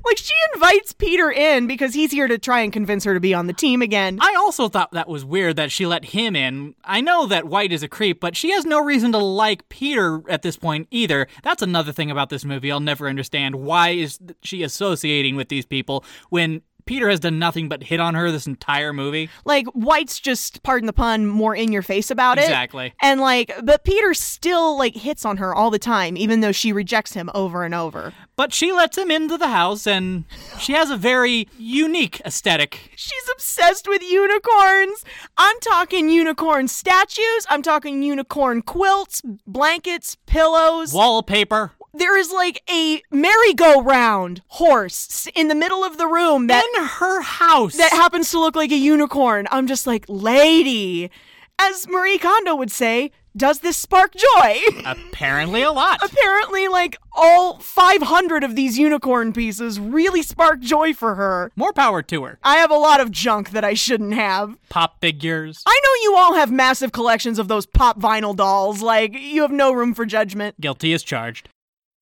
A: like, she invites Peter in because he's here to try and convince her to be on the team again.
B: I also thought that was weird that she let him in. I know that White is a creep, but she has no reason to like Peter at this point either. That's another thing about this movie I'll never understand. Why is th- she associating with these people when Peter has done nothing but hit on her this entire movie?
A: Like, White's just, pardon the pun, more in your face about it.
B: Exactly.
A: And, like, but Peter still, like, hits on her all the time, even though she rejects him over and over.
B: But she lets him into the house and she has a very unique aesthetic.
A: She's obsessed with unicorns. I'm talking unicorn statues. I'm talking unicorn quilts, blankets, pillows.
B: Wallpaper.
A: There is like a merry-go-round horse in the middle of the room that
B: in her house
A: that happens to look like a unicorn. I'm just like, lady, as Marie Kondo would say, does this spark joy?
B: Apparently a lot.
A: Apparently, like all 500 of these unicorn pieces really spark joy for her.
B: More power to her.
A: I have a lot of junk that I shouldn't have.
B: Pop figures.
A: I know you all have massive collections of those pop vinyl dolls. Like, you have no room for judgment.
B: Guilty as charged.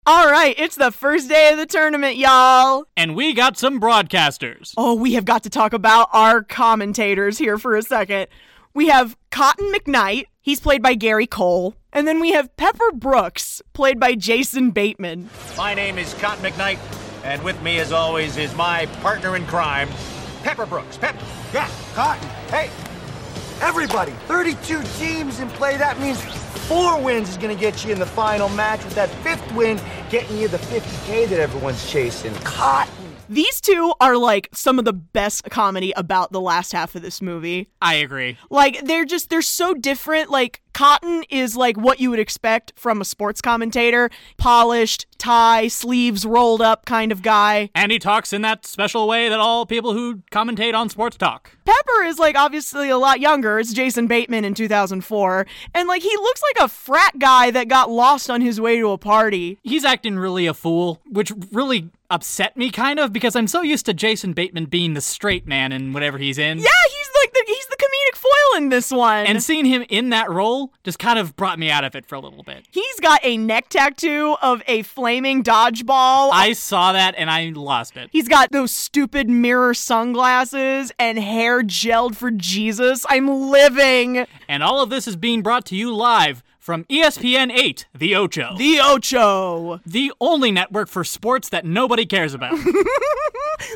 A: All right, it's the first day of the tournament, y'all.
B: And we got some broadcasters.
A: Oh, we have got to talk about our commentators here for a second. We have Cotton McKnight, he's played by Gary Cole. And then we have Pepper Brooks, played by Jason Bateman.
T: My name is Cotton McKnight, and with me, as always, is my partner in crime, Pepper Brooks. Pep.
U: Yeah, Cotton. Hey, everybody, 32 teams in play. That means four wins is going to get you in the final match, with that fifth win getting you the 50K that everyone's chasing. Cotton.
A: These two are like some of the best comedy about the last half of this movie.
B: I agree.
A: Like they're just they're so different. Like Cotton is like what you would expect from a sports commentator, polished, tie, sleeves rolled up kind of guy.
B: And he talks in that special way that all people who commentate on sports talk.
A: Pepper is like obviously a lot younger. It's Jason Bateman in 2004. And like he looks like a frat guy that got lost on his way to a party.
B: He's acting really a fool, which really upset me kind of because I'm so used to Jason Bateman being the straight man in whatever he's in.
A: Yeah, he's like the he's the comedic foil in this one.
B: And seeing him in that role just kind of brought me out of it for a little bit.
A: He's got a neck tattoo of a flaming dodgeball.
B: I saw that and I lost it.
A: He's got those stupid mirror sunglasses and hair gelled for Jesus. I'm living.
B: And all of this is being brought to you live from E ESPN 8, The Ocho.
A: The Ocho.
B: The only network for sports that nobody cares about.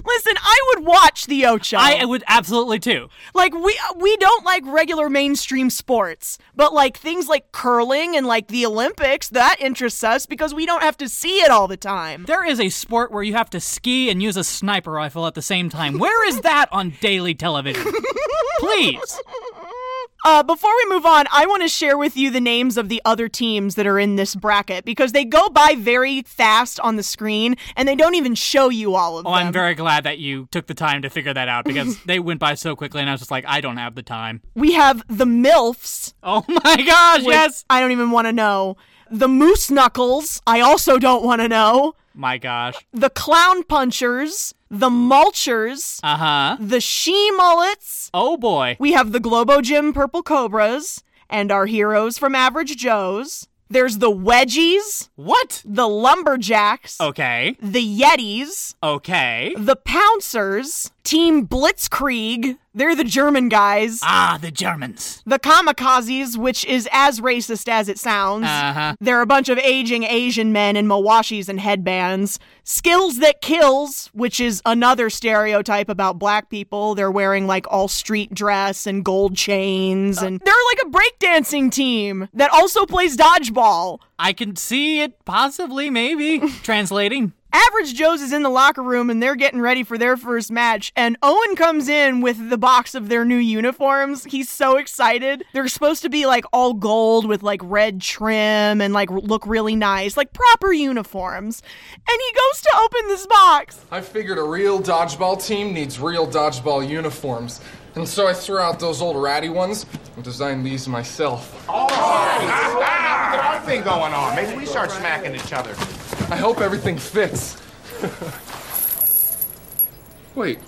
A: Listen, I would watch the Ocho.
B: I would absolutely too.
A: Like we we don't like regular mainstream sports, but like things like curling and like the Olympics, that interests us because we don't have to see it all the time.
B: There is a sport where you have to ski and use a sniper rifle at the same time. Where is that on daily television? Please.
A: Uh, before we move on, I want to share with you the names of the other teams that are in this bracket because they go by very fast on the screen and they don't even show you all of
B: Oh,
A: them.
B: I'm very glad that you took the time to figure that out because they went by so quickly, and I was just like, I don't have the time.
A: We have the MILFs.
B: Oh my gosh, yes.
A: I don't even want to know. The Moose Knuckles. I also don't want to know.
B: My gosh.
A: The Clown Punchers. The Mulchers.
B: Uh huh.
A: The She Mullets.
B: Oh boy.
A: We have the Globo Gym Purple Cobras and our heroes from Average Joe's. There's the Wedgies.
B: What?
A: The Lumberjacks.
B: Okay.
A: The Yetis.
B: Okay.
A: The Pouncers. Team Blitzkrieg. They're the German guys.
B: Ah, the Germans.
A: The kamikazes, which is as racist as it sounds.
B: Uh-huh.
A: They're a bunch of aging Asian men in mawashis and headbands. Skills that kills, which is another stereotype about black people. They're wearing like all street dress and gold chains and they're like a breakdancing team that also plays dodgeball.
B: I can see it possibly, maybe, translating.
A: Average Joe's is in the locker room and they're getting ready for their first match. And Owen comes in with the box of their new uniforms. He's so excited. They're supposed to be like all gold with like red trim and like look really nice, like proper uniforms. And he goes to open this box.
I: I figured a real dodgeball team needs real dodgeball uniforms. And so I threw out those old ratty ones and designed these myself.
G: Ah, ah, thing going on. Maybe we start smacking each other.
I: I hope everything fits. Wait.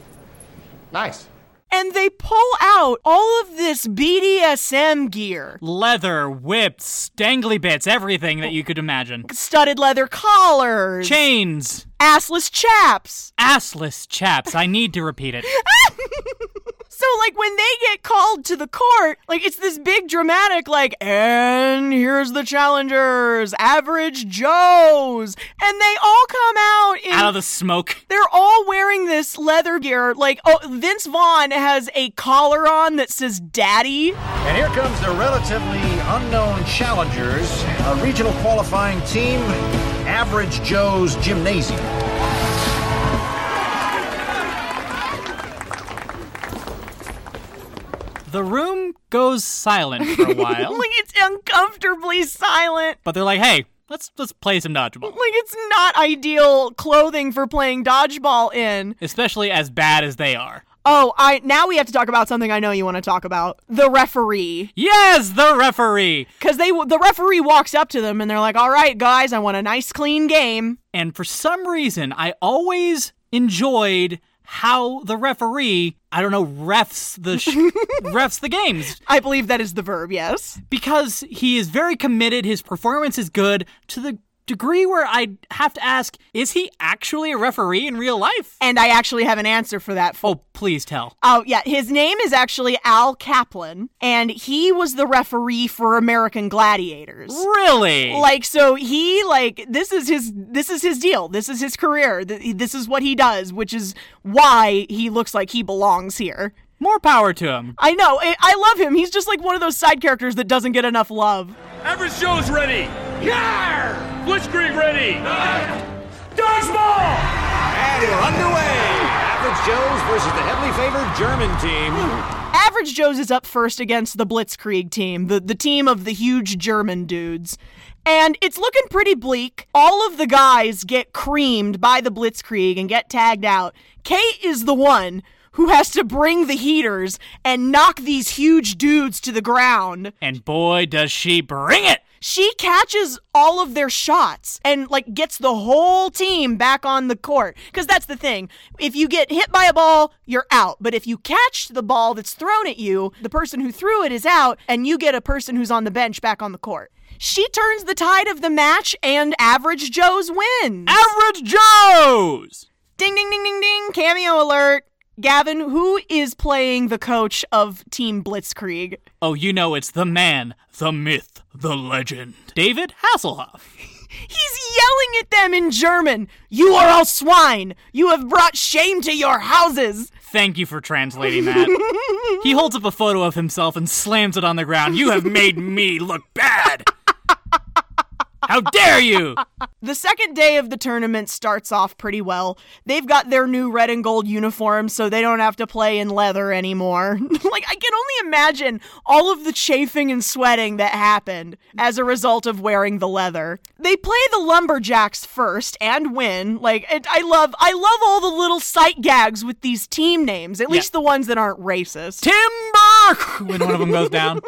G: Nice.
A: And they pull out all of this BDSM gear.
B: Leather, whips, dangly bits, everything that you could imagine.
A: Studded leather collars.
B: Chains.
A: Assless chaps.
B: Assless chaps. I need to repeat it.
A: So like when they get called to the court, like it's this big dramatic like and here's the challengers, average joes, and they all come out in
B: Out of the smoke.
A: they're all wearing this leather gear. Like oh, Vince Vaughn has a collar on that says daddy.
J: And here comes the relatively unknown challengers, a regional qualifying team, Average Joe's Gymnasium.
B: The room goes silent for a while,
A: like it's uncomfortably silent.
B: but they're like, hey, let's let's play some dodgeball.
A: Like it's not ideal clothing for playing dodgeball in.
B: Especially as bad as they are.
A: Oh, I now we have to talk about something I know you want to talk about. The referee.
B: Yes, the referee.
A: Because they the referee walks up to them and they're like, "All right, guys, I want a nice clean game."
B: And for some reason, I always enjoyed how the referee, I don't know, refs the sh- refs the games
A: I believe that is the verb. Yes.
B: because he is very committed. His performance is good to the degree where I have to ask, is he actually a referee in real life?
A: And I actually have an answer for that. For-
B: Oh, please tell.
A: Oh yeah, his name is actually Al Kaplan, and he was the referee for American Gladiators.
B: Really?
A: Like so he like this is his this is his deal. This is his career. Th- This is what he does, which is why he looks like he belongs here.
B: more power to him.
A: I know. I, I love him. He's just like one of those side characters that doesn't get enough love.
O: Average Joe's ready. Yeah! Blitzkrieg ready. Dodgeball!
J: And we're underway. Average Joe's versus the heavily favored German team.
A: Average Joe's is up first against the Blitzkrieg team, the, the team of the huge German dudes. And it's looking pretty bleak. All of the guys get creamed by the Blitzkrieg and get tagged out. Kate is the one who has to bring the heaters and knock these huge dudes to the ground.
B: And boy, does she bring it!
A: She catches all of their shots and like gets the whole team back on the court cuz that's the thing. If you get hit by a ball, you're out. But if you catch the ball that's thrown at you, the person who threw it is out and you get a person who's on the bench back on the court. She turns the tide of the match and Average Joe's wins.
B: Average Joe's!
A: ding ding ding ding ding cameo alert. Gavin, who is playing the coach of Team Blitzkrieg?
B: Oh, you know it's the man, the myth, the legend. David Hasselhoff.
A: He's yelling at them in German. You are all swine. You have brought shame to your houses.
B: Thank you for translating that. he holds up a photo of himself and slams it on the ground. You have made me look bad. How dare you!
A: The second day of the tournament starts off pretty well. They've got their new red and gold uniforms, so they don't have to play in leather anymore. like, I can only imagine all of the chafing and sweating that happened as a result of wearing the leather. They play the Lumberjacks first and win. Like, it, I love, I love all the little sight gags with these team names, at
B: Yeah.
A: least the ones that aren't racist.
B: Timber! When one of them goes down.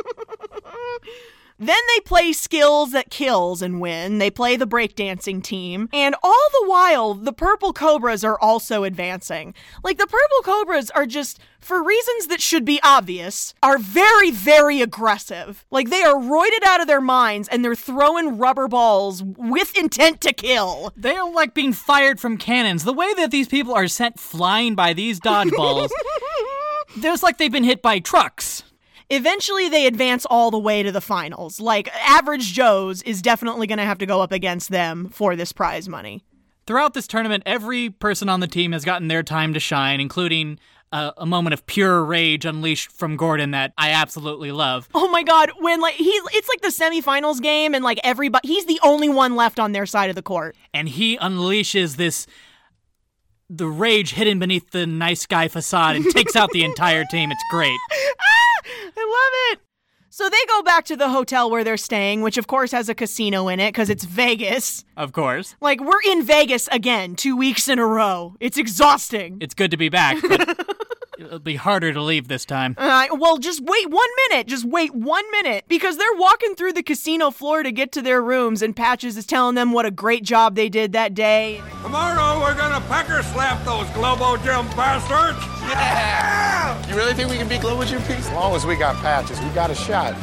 A: Then they play skills that kills and win. They play the breakdancing team. And all the while, the Purple Cobras are also advancing. Like, the Purple Cobras are just, for reasons that should be obvious, are very, very aggressive. Like, they are roided out of their minds and they're throwing rubber balls with intent to kill.
B: They are like being fired from cannons. The way that these people are sent flying by these dodgeballs, there's like they've been hit by trucks.
A: Eventually, they advance all the way to the finals. Like, Average Joe's is definitely going to have to go up against them for this prize money.
B: Throughout this tournament, every person on the team has gotten their time to shine, including uh, a moment of pure rage unleashed from Gordon that I absolutely love.
A: Oh my god, when like he it's like the semifinals game and like everybody he's the only one left on their side of the court.
B: and he unleashes this the rage hidden beneath the nice guy facade and takes out the entire team. It's great.
A: Ah, I love it. So they go back to the hotel where they're staying, which of course has a casino in it cuz it's Vegas.
B: Of course.
A: Like we're in Vegas again 2 weeks in a row. It's exhausting.
B: It's good to be back, but it'll be harder to leave this time.
A: Uh, well, just wait one minute. Just wait one minute because they're walking through the casino floor to get to their rooms, and Patches is telling them what a great job they did that day.
H: Tomorrow we're gonna pecker slap those Globo Gym bastards! Yeah!
G: You really think we can beat Global Gym Peace? As long as we got patches, we got a shot.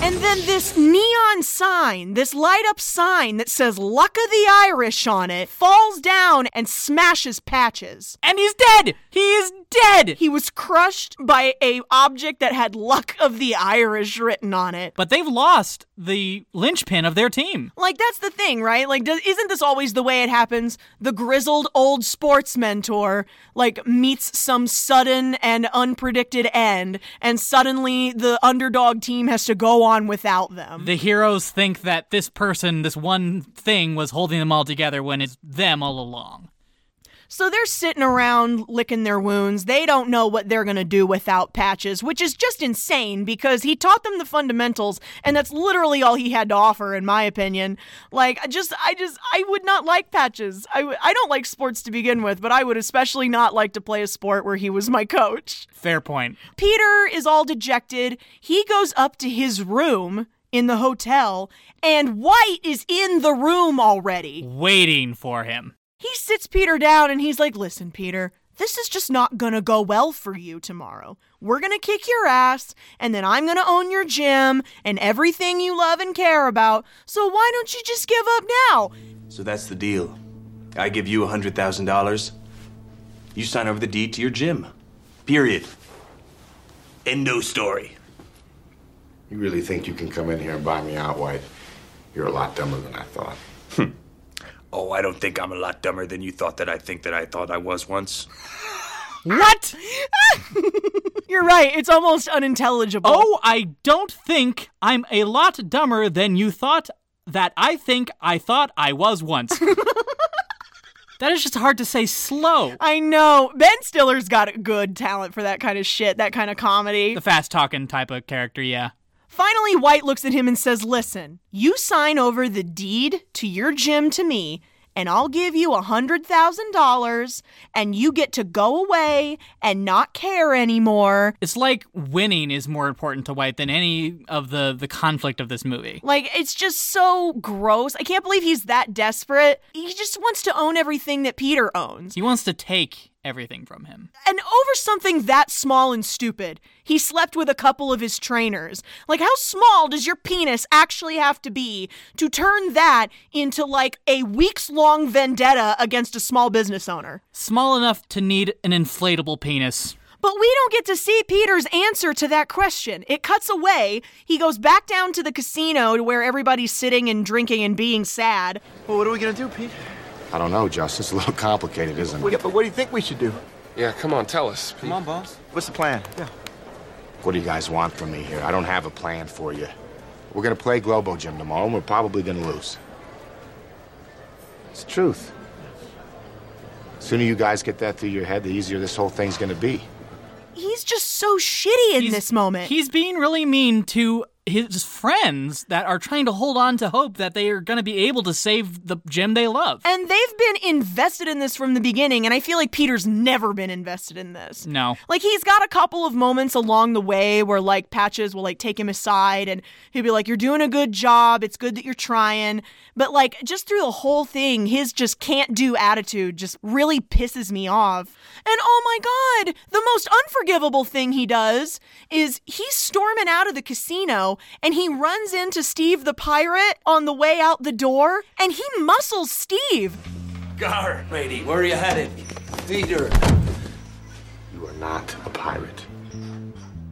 A: And then this neon sign, this light up sign that says Luck of the Irish on it, falls down and smashes Patches.
B: And he's dead! He is dead!
A: He was crushed by a object that had Luck of the Irish written on it.
B: But they've lost the linchpin of their team.
A: Like that's the thing, right? Like, does, isn't this always the way it happens? The grizzled old sports mentor like meets some sudden and unpredicted end, and suddenly the underdog team has to go on without them.
B: The heroes think that this person, this one thing, was holding them all together when it's them all along.
A: So they're sitting around licking their wounds. They don't know what they're going to do without Patches, which is just insane because he taught them the fundamentals and that's literally all he had to offer in my opinion. Like I just I just I would not like Patches. I w- I don't like sports to begin with, but I would especially not like to play a sport where he was my coach.
B: Fair point.
A: Peter is all dejected. He goes up to his room in the hotel and White is in the room already
B: Waiting for him.
A: he sits Peter down and he's like, Listen, Peter, this is just not gonna go well for you tomorrow. We're gonna kick your ass, and then I'm gonna own your gym and everything you love and care about, so why don't you just give up now?
C: So that's the deal. I give you $100,000. You sign over the deed to your gym. Period. End no story.
G: You really think you can come in here and buy me out, White? You're a lot dumber than I thought.
C: Oh, I don't think I'm a lot dumber than you thought that I think that I thought I was once.
B: What?
A: You're right, it's almost unintelligible.
B: Oh, I don't think I'm a lot dumber than you thought that I think I thought I was once. that is just hard to say slow.
A: I know. Ben Stiller's got a good talent for that kind of shit, that kind of comedy.
B: The fast talking type of character, yeah.
A: Finally, White looks at him and says, Listen, you sign over the deed to your gym to me, and I'll give you a $100,000, and you get to go away and not care anymore.
B: It's like winning is more important to White than any of the the conflict of this movie.
A: Like, it's just so gross. I can't believe he's that desperate. He just wants to own everything that Peter owns.
B: He wants to take everything from him.
A: And over something that small and stupid, he slept with a couple of his trainers. Like, how small does your penis actually have to be to turn that into like a weeks long vendetta against a small business owner?
B: Small enough to need an inflatable penis.
A: But we don't get to see Peter's answer to that question. It cuts away. He goes back down to the casino to where everybody's sitting and drinking and being sad.
N: Well, what are we gonna do, Pete?
G: I don't know, Justin. It's a little complicated, isn't it?
N: Wait, but what do you think we should do?
I: Yeah, come on, tell us.
N: Come on, boss. What's the plan? Yeah.
G: What do you guys want from me here? I don't have a plan for you. We're gonna play Globo Gym tomorrow, and we're probably gonna lose. It's the truth. Sooner you guys get that through your head, the easier this whole thing's gonna be.
A: He's just so shitty in
B: He's-
A: this moment.
B: He's being really mean to his friends that are trying to hold on to hope that they are going to be able to save the gym they love.
A: and they've been invested in this from the beginning, and I feel like Peter's never been invested in this.
B: No.
A: Like he's got a couple of moments along the way where like Patches will like take him aside and he'll be like, You're doing a good job, it's good that you're trying. But like just through the whole thing, his just can't do attitude just really pisses me off. And oh my god, the most unforgivable thing he does is he's storming out of the casino and he runs into Steve the pirate on the way out the door and he muscles Steve.
C: Gar, matey, where are you headed? Peter.
G: You are not a pirate.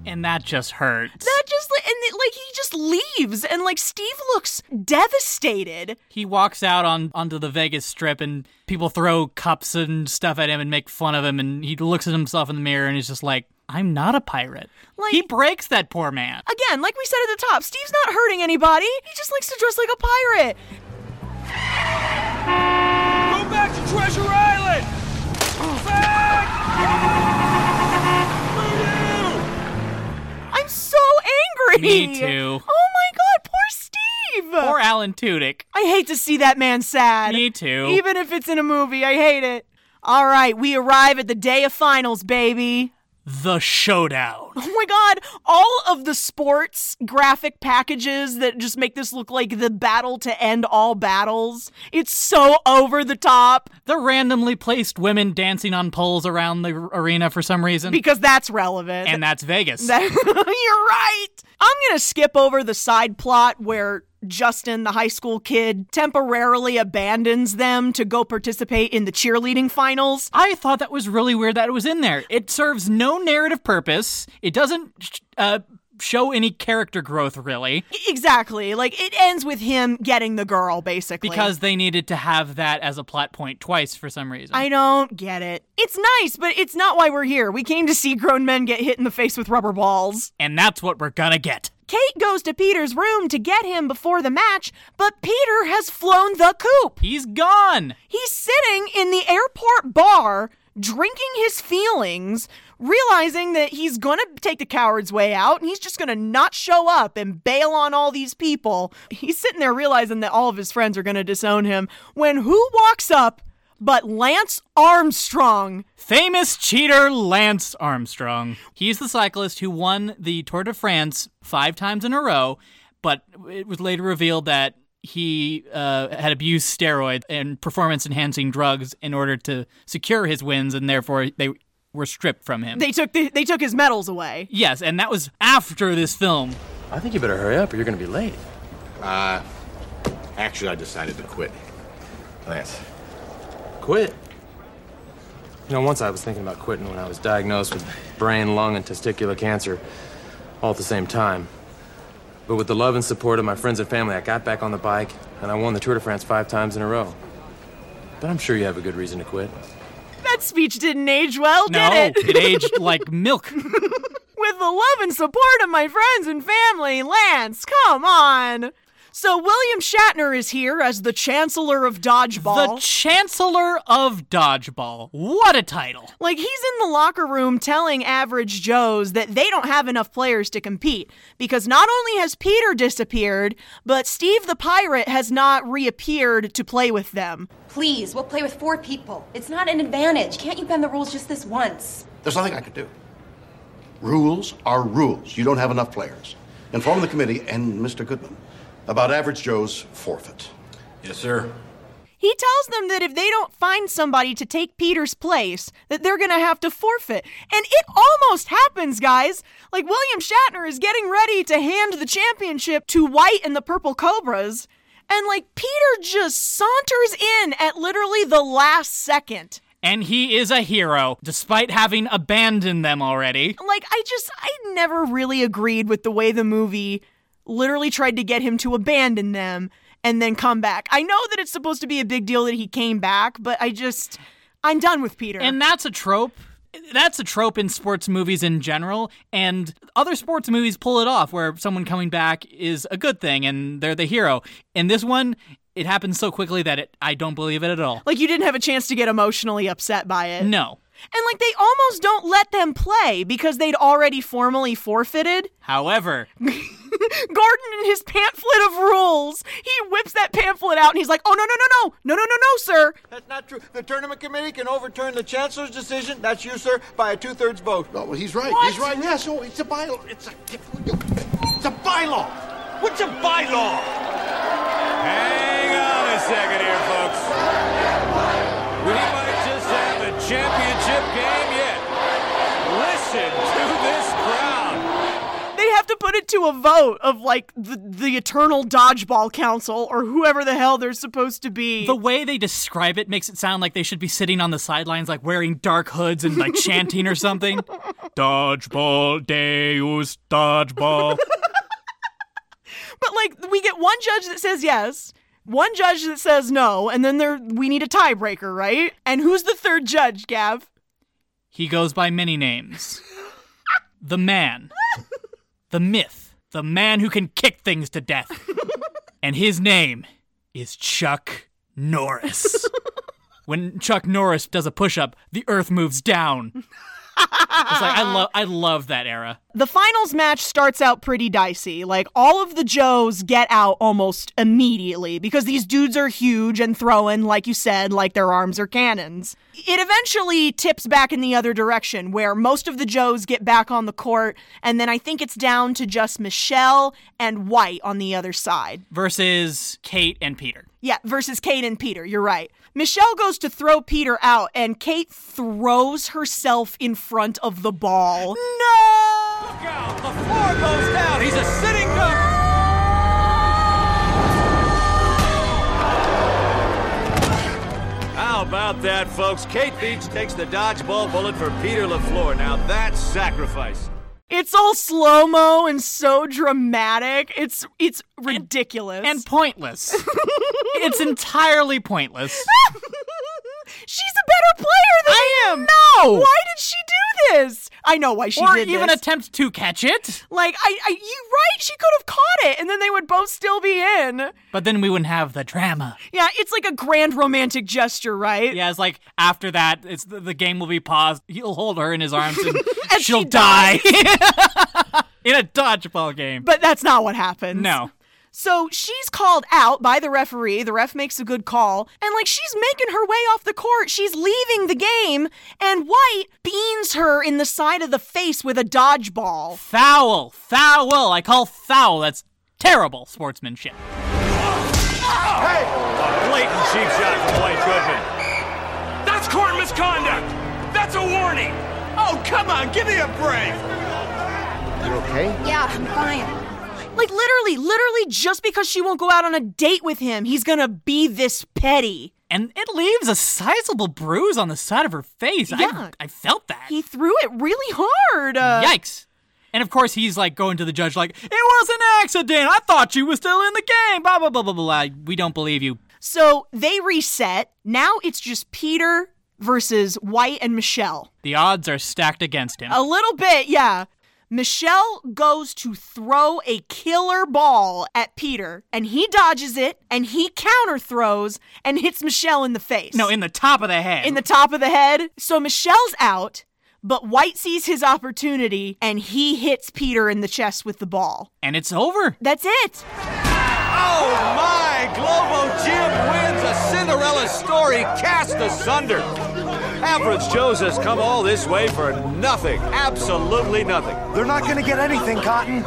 B: And that just hurt.
A: That just li- and it- like he just leaves and like Steve looks devastated.
B: He walks out on onto the Vegas strip and people throw cups and stuff at him and make fun of him and he looks at himself in the mirror and he's just like, "I'm not a pirate."
A: Like-
B: he breaks that poor man.
A: Again, like we said at the top, Steve's not hurting anybody. He just likes to dress like a pirate.
O: Go back to Treasure Island!
A: I'm so angry.
B: Me too.
A: Oh my god, poor Steve.
B: Poor Alan Tudyk.
A: I hate to see that man sad.
B: Me too.
A: Even if it's in a movie, I hate it. All right, we arrive at the day of finals, baby.
B: The showdown.
A: Oh my god, all of the sports graphic packages that just make this look like the battle to end all battles. It's so over the top
B: The randomly placed women dancing on poles around the r- arena for some reason.
A: because that's relevant.
B: and that's Vegas.
A: That- You're right. I'm going to skip over the side plot where Justin, the high school kid, temporarily abandons them to go participate in the cheerleading finals.
B: I thought that was really weird that it was in there. It serves no narrative purpose. It doesn't sh- uh, show any character growth really
A: E-, Exactly. Like it ends with him getting the girl basically.
B: because they needed to have that as a plot point twice for some reason.
A: I don't get it. It's nice, but it's not why we're here. We came to see grown men get hit in the face with rubber balls.
B: and that's what we're gonna get.
A: Kate goes to Peter's room to get him before the match, but Peter has flown the coop.
B: He's gone.
A: He's sitting in the airport bar, drinking his feelings, realizing that he's gonna take the coward's way out and he's just gonna not show up and bail on all these people. He's sitting there realizing that all of his friends are gonna disown him when who walks up but Lance Armstrong?
B: Famous cheater Lance Armstrong. He's the cyclist who won the Tour de France five times in a row, but it was later revealed that he uh, had abused steroids and performance enhancing drugs in order to secure his wins, and therefore they were stripped from him.
A: They took the, they took his medals away.
B: yes, and that was after this film.
G: I think you better hurry up or you're gonna be late. Uh, actually, I decided to quit. Lance.
L: Quit. You know, once I was thinking about quitting when I was diagnosed with brain, lung, and testicular cancer all at the same time. But with the love and support of my friends and family, I got back on the bike and I won the Tour de France five times in a row. But I'm sure you have a good reason to quit.
A: That speech didn't age well,
L: No,
A: did it?
L: it aged like
B: milk.
A: With the love and support of my friends and family, Lance, come on. So William Shatner is here as the Chancellor of Dodgeball.
B: The Chancellor of Dodgeball. What a title.
A: like he's in the locker room telling average Joes that they don't have enough players to compete because not only has Peter disappeared, but Steve the pirate has not reappeared to play with them.
F: Please, we'll play with four people. It's not an advantage. Can't you bend the rules just this once?
Q: There's nothing I could do. Rules are rules. You don't have enough players. Inform the committee and Mr. Goodman about Average Joe's forfeit. Yes, sir.
A: He tells them that if they don't find somebody to take Peter's place, that they're going to have to forfeit. And it almost happens, guys. Like William Shatner is getting ready to hand the championship to White and the Purple Cobras, and like Peter just saunters in at literally the last second.
B: And he is a hero, despite having abandoned them already.
A: Like I just I never really agreed with the way the movie literally tried to get him to abandon them and then come back. I know that it's supposed to be a big deal that he came back, but I just I'm done with Peter.
B: And that's a trope That's a trope in sports movies in general, and other sports movies pull it off where someone coming back is a good thing and they're the hero. In this one, it happens so quickly that it, I don't believe it at all.
A: Like you didn't have a chance to get emotionally upset by it.
B: No.
A: And like they almost don't let them play because they'd already formally forfeited.
B: However,
A: Gordon in his pamphlet of rules, he whips that pamphlet out and he's like, "Oh no no no no no no no no, sir!
N: That's not true. The tournament committee can overturn the chancellor's decision. That's you, sir, by a two-thirds vote.
Q: Oh, he's right. He's right. Yes. Oh, it's a bylaw. It's a. It's a bylaw.
C: What's a bylaw?
T: Hang on a second here, folks. We might just have a championship game yet. Listen to this crowd.
A: They have to put it to a vote of like the, the eternal dodgeball council or whoever the hell they're supposed to be.
B: the way they describe it makes it sound like they should be sitting on the sidelines, like wearing dark hoods and like chanting or something.
M: Dodgeball, Deus, dodgeball.
A: But like we get one judge that says yes, one judge that says no, and then there we need a tiebreaker, right? And who's the third judge, Gav?
B: He goes by many names. the man. The myth. The man who can kick things to death. and his name is Chuck Norris. when Chuck Norris does a push up, the earth moves down. it's like I love I love that era.
A: The finals match starts out pretty dicey. Like all of the Joes get out almost immediately because these dudes are huge and throwing, like you said, like their arms are cannons. It eventually tips back in the other direction where most of the Joes get back on the court, and then I think it's down to just Michelle and White on the other side.
B: Versus Kate and Peter.
A: Yeah, versus Kate and Peter. You're right. Michelle goes to throw Peter out, and Kate throws herself in front of the ball.
T: Floor goes down. He's a sitting duck. How about that, folks? Kate Beach takes the dodgeball bullet for Peter LaFleur. Now that's sacrifice.
A: It's all slow mo and so dramatic. It's it's ridiculous and,
B: pointless. it's entirely pointless.
A: She's a better player than I him.
B: know.
A: Why did she do this? I know why she
B: or
A: did
B: even
A: this.
B: attempt to catch it.
A: like I, I, you right? She could have caught it, and then they would both still be in.
B: But then we wouldn't have the drama.
A: Yeah, it's like a grand romantic gesture, right?
B: Yeah, it's like after that, it's the, the game will be paused. He'll hold her in his arms and, she'll die in a dodgeball game.
A: But that's not what happens.
B: no,
A: So she's called out by the referee. The ref makes a good call. And like she's making her way off the court. She's leaving the game. And White beans her in the side of the face with a dodgeball.
B: foul, foul. I call foul. That's terrible sportsmanship.
T: A blatant cheap shot from White Goodman.
O: That's court misconduct! That's a warning!
C: Oh, come on, give me a break.
U: You're okay?
F: Yeah, I'm fine.
A: Like literally, literally just because she won't go out on a date with him, he's gonna be this petty.
B: And it leaves a sizable bruise on the side of her face. I, I felt that.
A: He threw it really hard. Uh,
B: Yikes. And of course, he's like going to the judge, like, it was an accident. I thought you were still in the game. Blah, blah, blah, blah, blah. We don't believe you.
A: So they reset. Now it's just Peter versus White and Michelle.
B: The odds are stacked against him.
A: A little bit, yeah. Michelle goes to throw a killer ball at Peter, and he dodges it, and he counter throws and hits Michelle in the face.
B: No, in the top of the head.
A: in the top of the head. So Michelle's out, but White sees his opportunity, and he hits Peter in the chest with the ball.
B: and it's over.
A: That's it.
T: Oh my! Globo Jim wins a Cinderella story cast asunder. Average Joe's has come all this way for nothing. Absolutely nothing.
U: They're not gonna get anything, Cotton.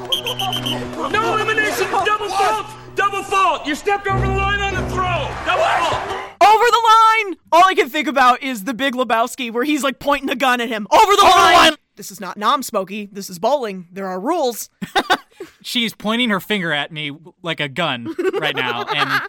O: No elimination! Double fault! Double fault! You stepped over the line on the throw! Double fault!
A: Over the line! All I can think about is the Big Lebowski, where he's like pointing a gun at him. Over the
B: Over the
A: line!
B: line!
A: This is not nom Smokey. This is bowling. There are rules.
B: She's pointing her finger at me like a gun right now. And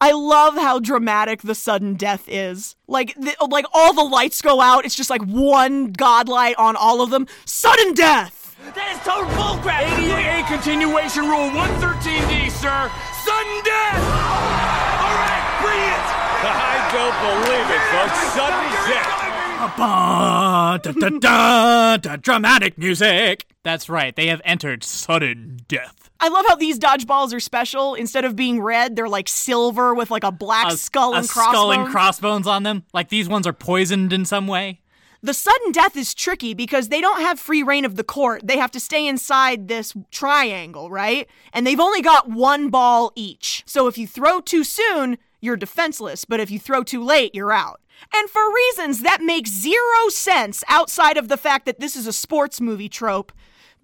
A: I love how dramatic the sudden death is. Like, the, like all the lights go out. It's just like one god light on all of them. Sudden death.
O: That is total bullcrap! ADA continuation rule 113D, sir! Sudden death! All right, bring it!
T: I don't believe it, folks. Sudden death.
M: Ba, da, da, da, da, dramatic music.
B: That's right, they have entered sudden death.
A: I love how these dodgeballs are special. Instead of being red, they're like silver with like a black skull
B: a
A: and crossbones.
B: skull and crossbones on them. Like these ones are poisoned in some way.
A: the sudden death is tricky because they don't have free reign of the court. They have to stay inside this triangle, right? And they've only got one ball each. So if you throw too soon, you're defenseless. But if you throw too late, you're out. And for reasons that make zero sense outside of the fact that this is a sports movie trope,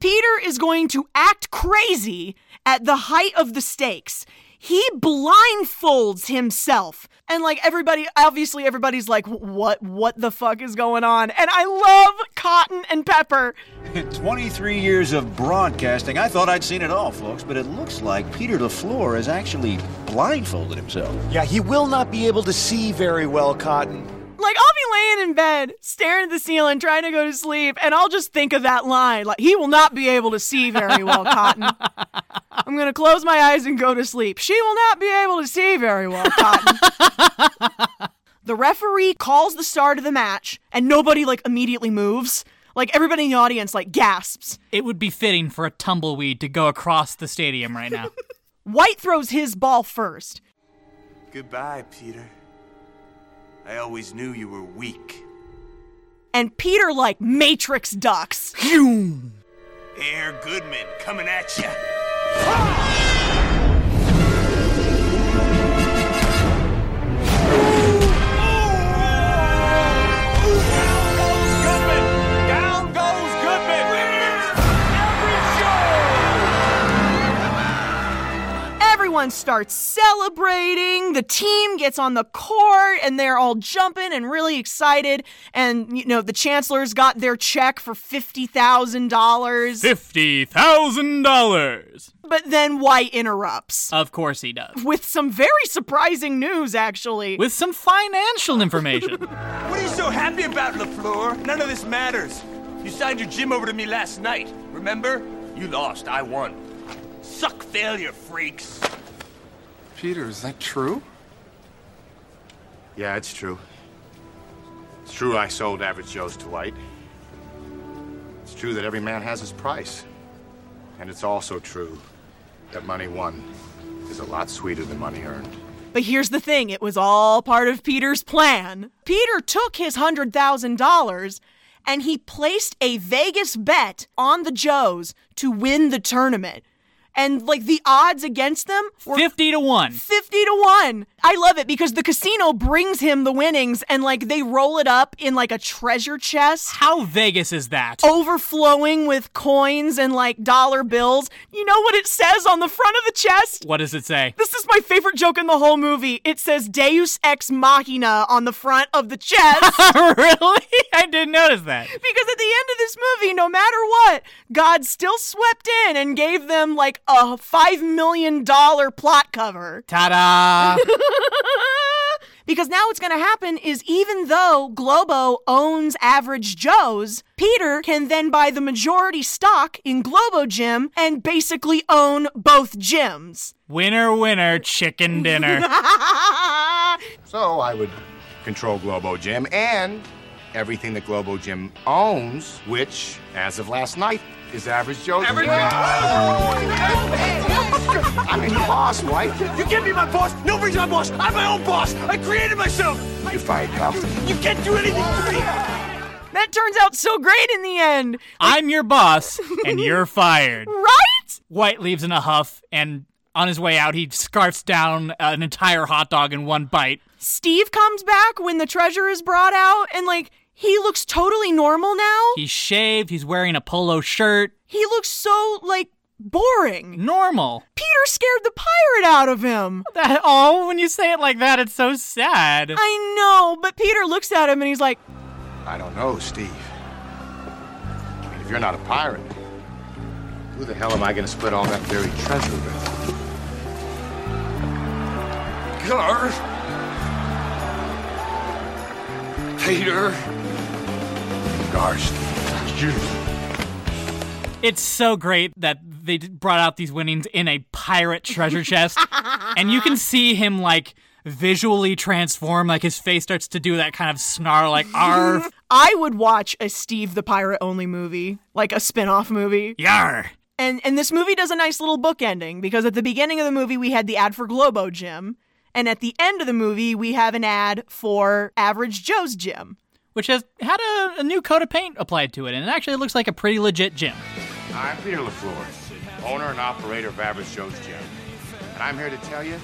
A: Peter is going to act crazy at the height of the stakes. He blindfolds himself. And like everybody, obviously everybody's like, what what the fuck is going on? And I love Cotton and Pepper.
J: 23 years of broadcasting. I thought I'd seen it all, folks, but it looks like Peter LaFleur has actually blindfolded himself.
U: Yeah, he will not be able to see very well, Cotton.
A: Like I'll be laying in bed, staring at the ceiling, trying to go to sleep, and I'll just think of that line. Like he will not be able to see very well, Cotton. I'm gonna close my eyes and go to sleep. She will not be able to see very well, Cotton. the referee calls the start of the match, and nobody like immediately moves. Like everybody in the audience like gasps.
B: It would be fitting for a tumbleweed to go across the stadium right now.
A: White throws his ball first.
C: Goodbye, Peter. I always knew you were weak.
A: and Peter like Matrix ducks. Phew.
C: Air Goodman coming at ya. Down goes Goodman.
A: Everyone starts celebrating. The team gets on the court and they're all jumping and really excited. And you know, the chancellor's got their check for fifty thousand dollars.
B: Fifty thousand dollars.
A: But then White interrupts
B: Of course he does.
A: with some very surprising news, actually.
B: With some financial information.
C: What are you so happy about, LaFleur? None of this matters. You signed your gym over to me last night, remember? You lost, I won. Suck failure, freaks.
I: Peter, is that true?
G: Yeah, it's true. It's true I sold Average Joe's to White. It's true that every man has his price. And it's also true that money won is a lot sweeter than money earned.
A: But here's the thing it was all part of Peter's plan. Peter took his $100,000 and he placed a Vegas bet on the Joes to win the tournament. And like the odds against them were
B: 50 to 1.
A: 50 to 1. I love it because the casino brings him the winnings and like they roll it up in like a treasure chest.
B: How Vegas is that?
A: Oh. Overflowing with coins and like dollar bills. You know what it says on the front of the chest?
B: What does it say?
A: This is my favorite joke in the whole movie. It says Deus Ex Machina on the front of the chest.
B: really? I didn't notice that.
A: Because at the end of this movie, no matter what, God still swept in and gave them like a $5 million plot cover.
B: Ta da!
A: Because now what's going to happen is even though Globo owns Average Joe's, Peter can then buy the majority stock in Globo Gym and basically own both gyms.
B: winner, winner, chicken dinner.
G: So I would control Globo Gym and everything that Globo Gym owns, which, as of last night, is Average Joe's. I mean, boss, White.
C: You can't be my boss. Nobody's my boss. I'm my own boss. I created myself.
G: You fired,
C: You can't do anything to me.
A: That turns out so great in the end,
B: I'm your boss, and you're fired.
A: right?
B: White leaves in a huff, and on his way out, he scarfs down an entire hot dog in one bite.
A: Steve comes back when the treasure is brought out and like he looks totally normal now.
B: He's shaved, he's wearing a polo shirt.
A: He looks so like boring.
B: Normal.
A: Peter scared the pirate out of him.
B: That oh, when you say it like that, it's so sad.
A: I know, but Peter looks at him and he's like,
G: I don't know, Steve. I mean, if you're not a pirate, who the hell am I going to split all that buried treasure with?
H: Garth! Peter!
G: Garth, you.
B: It's so great that they d- brought out these winnings in a pirate treasure chest, and you can see him like visually transform. Like his face starts to do that kind of snarl, like "Arf,
A: I would watch a Steve the Pirate only movie, like a spin-off movie.
B: yar."
A: And and this movie does a nice little book ending because at the beginning of the movie we had the ad for Globo Gym, and at the end of the movie we have an ad for Average Joe's Gym.
B: Which has had a, a new coat of paint applied to it, and it actually looks like a pretty legit gym.
G: I'm Peter LaFleur, owner and operator of Average Joe's Gym. And I'm here to tell you,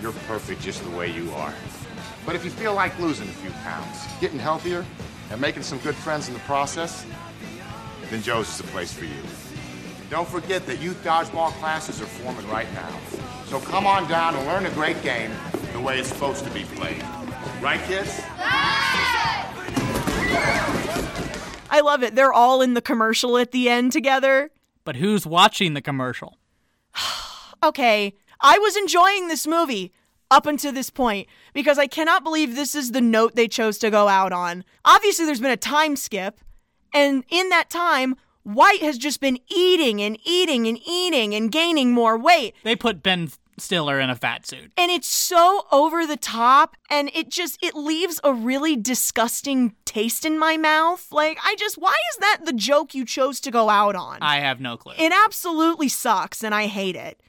G: you're perfect just the way you are. But if you feel like losing a few pounds, getting healthier, and making some good friends in the process, then Joe's is the place for you. Don't forget that youth dodgeball classes are forming right now. So come on down and learn a great game the way it's supposed to be played. Right, kids?
A: I love it. They're all in the commercial at the end together.
B: But who's watching the commercial?
A: okay, I was enjoying this movie up until this point because I cannot believe this is the note they chose to go out on. Obviously, there's been a time skip, and in that time, White has just been eating and eating and eating and gaining more weight.
B: They put Ben Stiller in a fat suit.
A: And it's so over the top and it just it leaves a really disgusting taste in my mouth. Like I just why is that the joke you chose to go out on?
B: I have no clue.
A: It absolutely sucks and I hate it.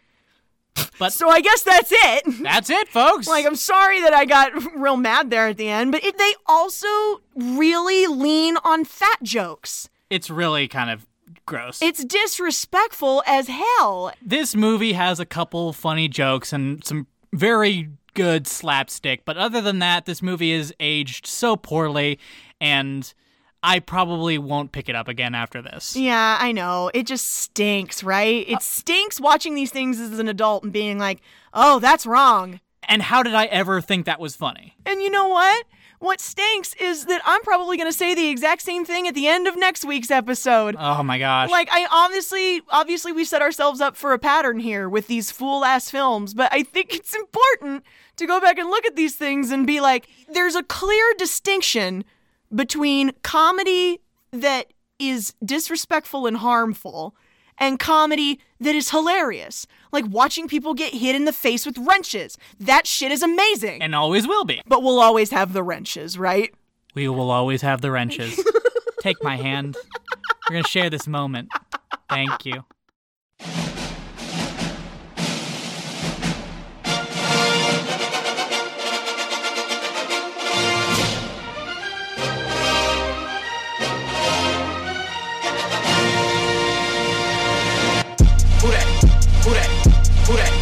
B: But
A: so I guess that's it.
B: That's it, folks.
A: Like I'm sorry that I got real mad there at the end, but it, they also really lean on fat jokes.
B: It's really kind of gross.
A: It's disrespectful as hell.
B: this movie has a couple funny jokes and some very good slapstick, but other than that, this movie is aged so poorly, and I probably won't pick it up again after this.
A: Yeah, I know. It just stinks, right? It stinks watching these things as an adult and being like, "Oh, that's wrong."
B: And how did I ever think that was funny?
A: And you know what? What stinks is that I'm probably going to say the exact same thing at the end of next week's episode.
B: Oh my gosh.
A: Like I obviously obviously we set ourselves up for a pattern here with these fool ass films, but I think it's important to go back and look at these things and be like there's a clear distinction between comedy that is disrespectful and harmful and comedy that is hilarious. Like watching people get hit in the face with wrenches. That shit is amazing.
B: And always will be.
A: But we'll always have the wrenches, right?
B: We will always have the wrenches. Take my hand. We're going to share this moment. Thank you.
O: Who that? Who that? Who that?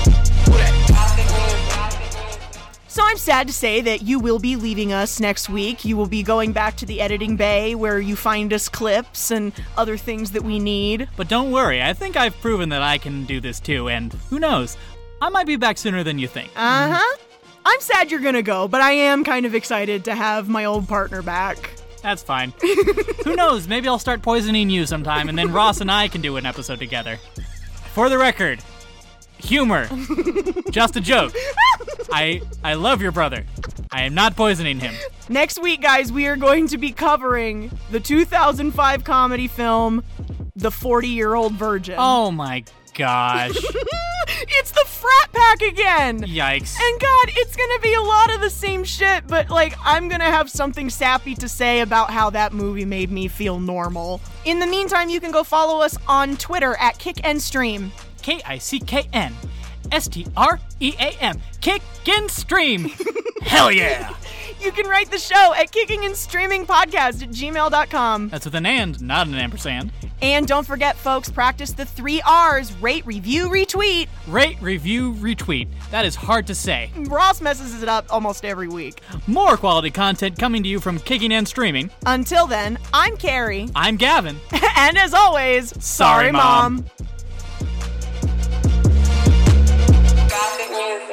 A: So I'm sad to say that you will be leaving us next week. You will be going back to the editing bay where you find us clips and other things that we need.
B: But don't worry, I think I've proven that I can do this too, and who knows? I might be back sooner than you think.
A: Uh huh. I'm sad you're gonna go, but I am kind of excited to have my old partner back.
B: That's fine. Who knows? Maybe I'll start poisoning you sometime, and then Ross and I can do an episode together. For the record, humor, just a joke. I I love your brother. I am not poisoning him.
A: Next week, guys, we are going to be covering the 2005 comedy film, The 40 Year Old Virgin.
B: Oh my gosh!
A: it's the frat pack again!
B: Yikes!
A: And God, it's gonna be a lot of the same shit, but like, I'm gonna have something sappy to say about how that movie made me feel normal. In the meantime, you can go follow us on Twitter at Kick and Stream.
B: K I C K N S T R E A M. Kick and stream. Hell yeah!
A: You can write the show at kicking and streaming podcast at gmail.com.
B: That's with an and, not an ampersand.
A: And don't forget, folks, practice the three R's rate, review, retweet.
B: Rate, review, retweet. That is hard to say.
A: Ross messes it up almost every week.
B: More quality content coming to you from Kicking and Streaming.
A: Until then, I'm Carrie.
B: I'm Gavin.
A: and as always, sorry,
B: Sorry, Mom.
A: Mom.
O: Who that?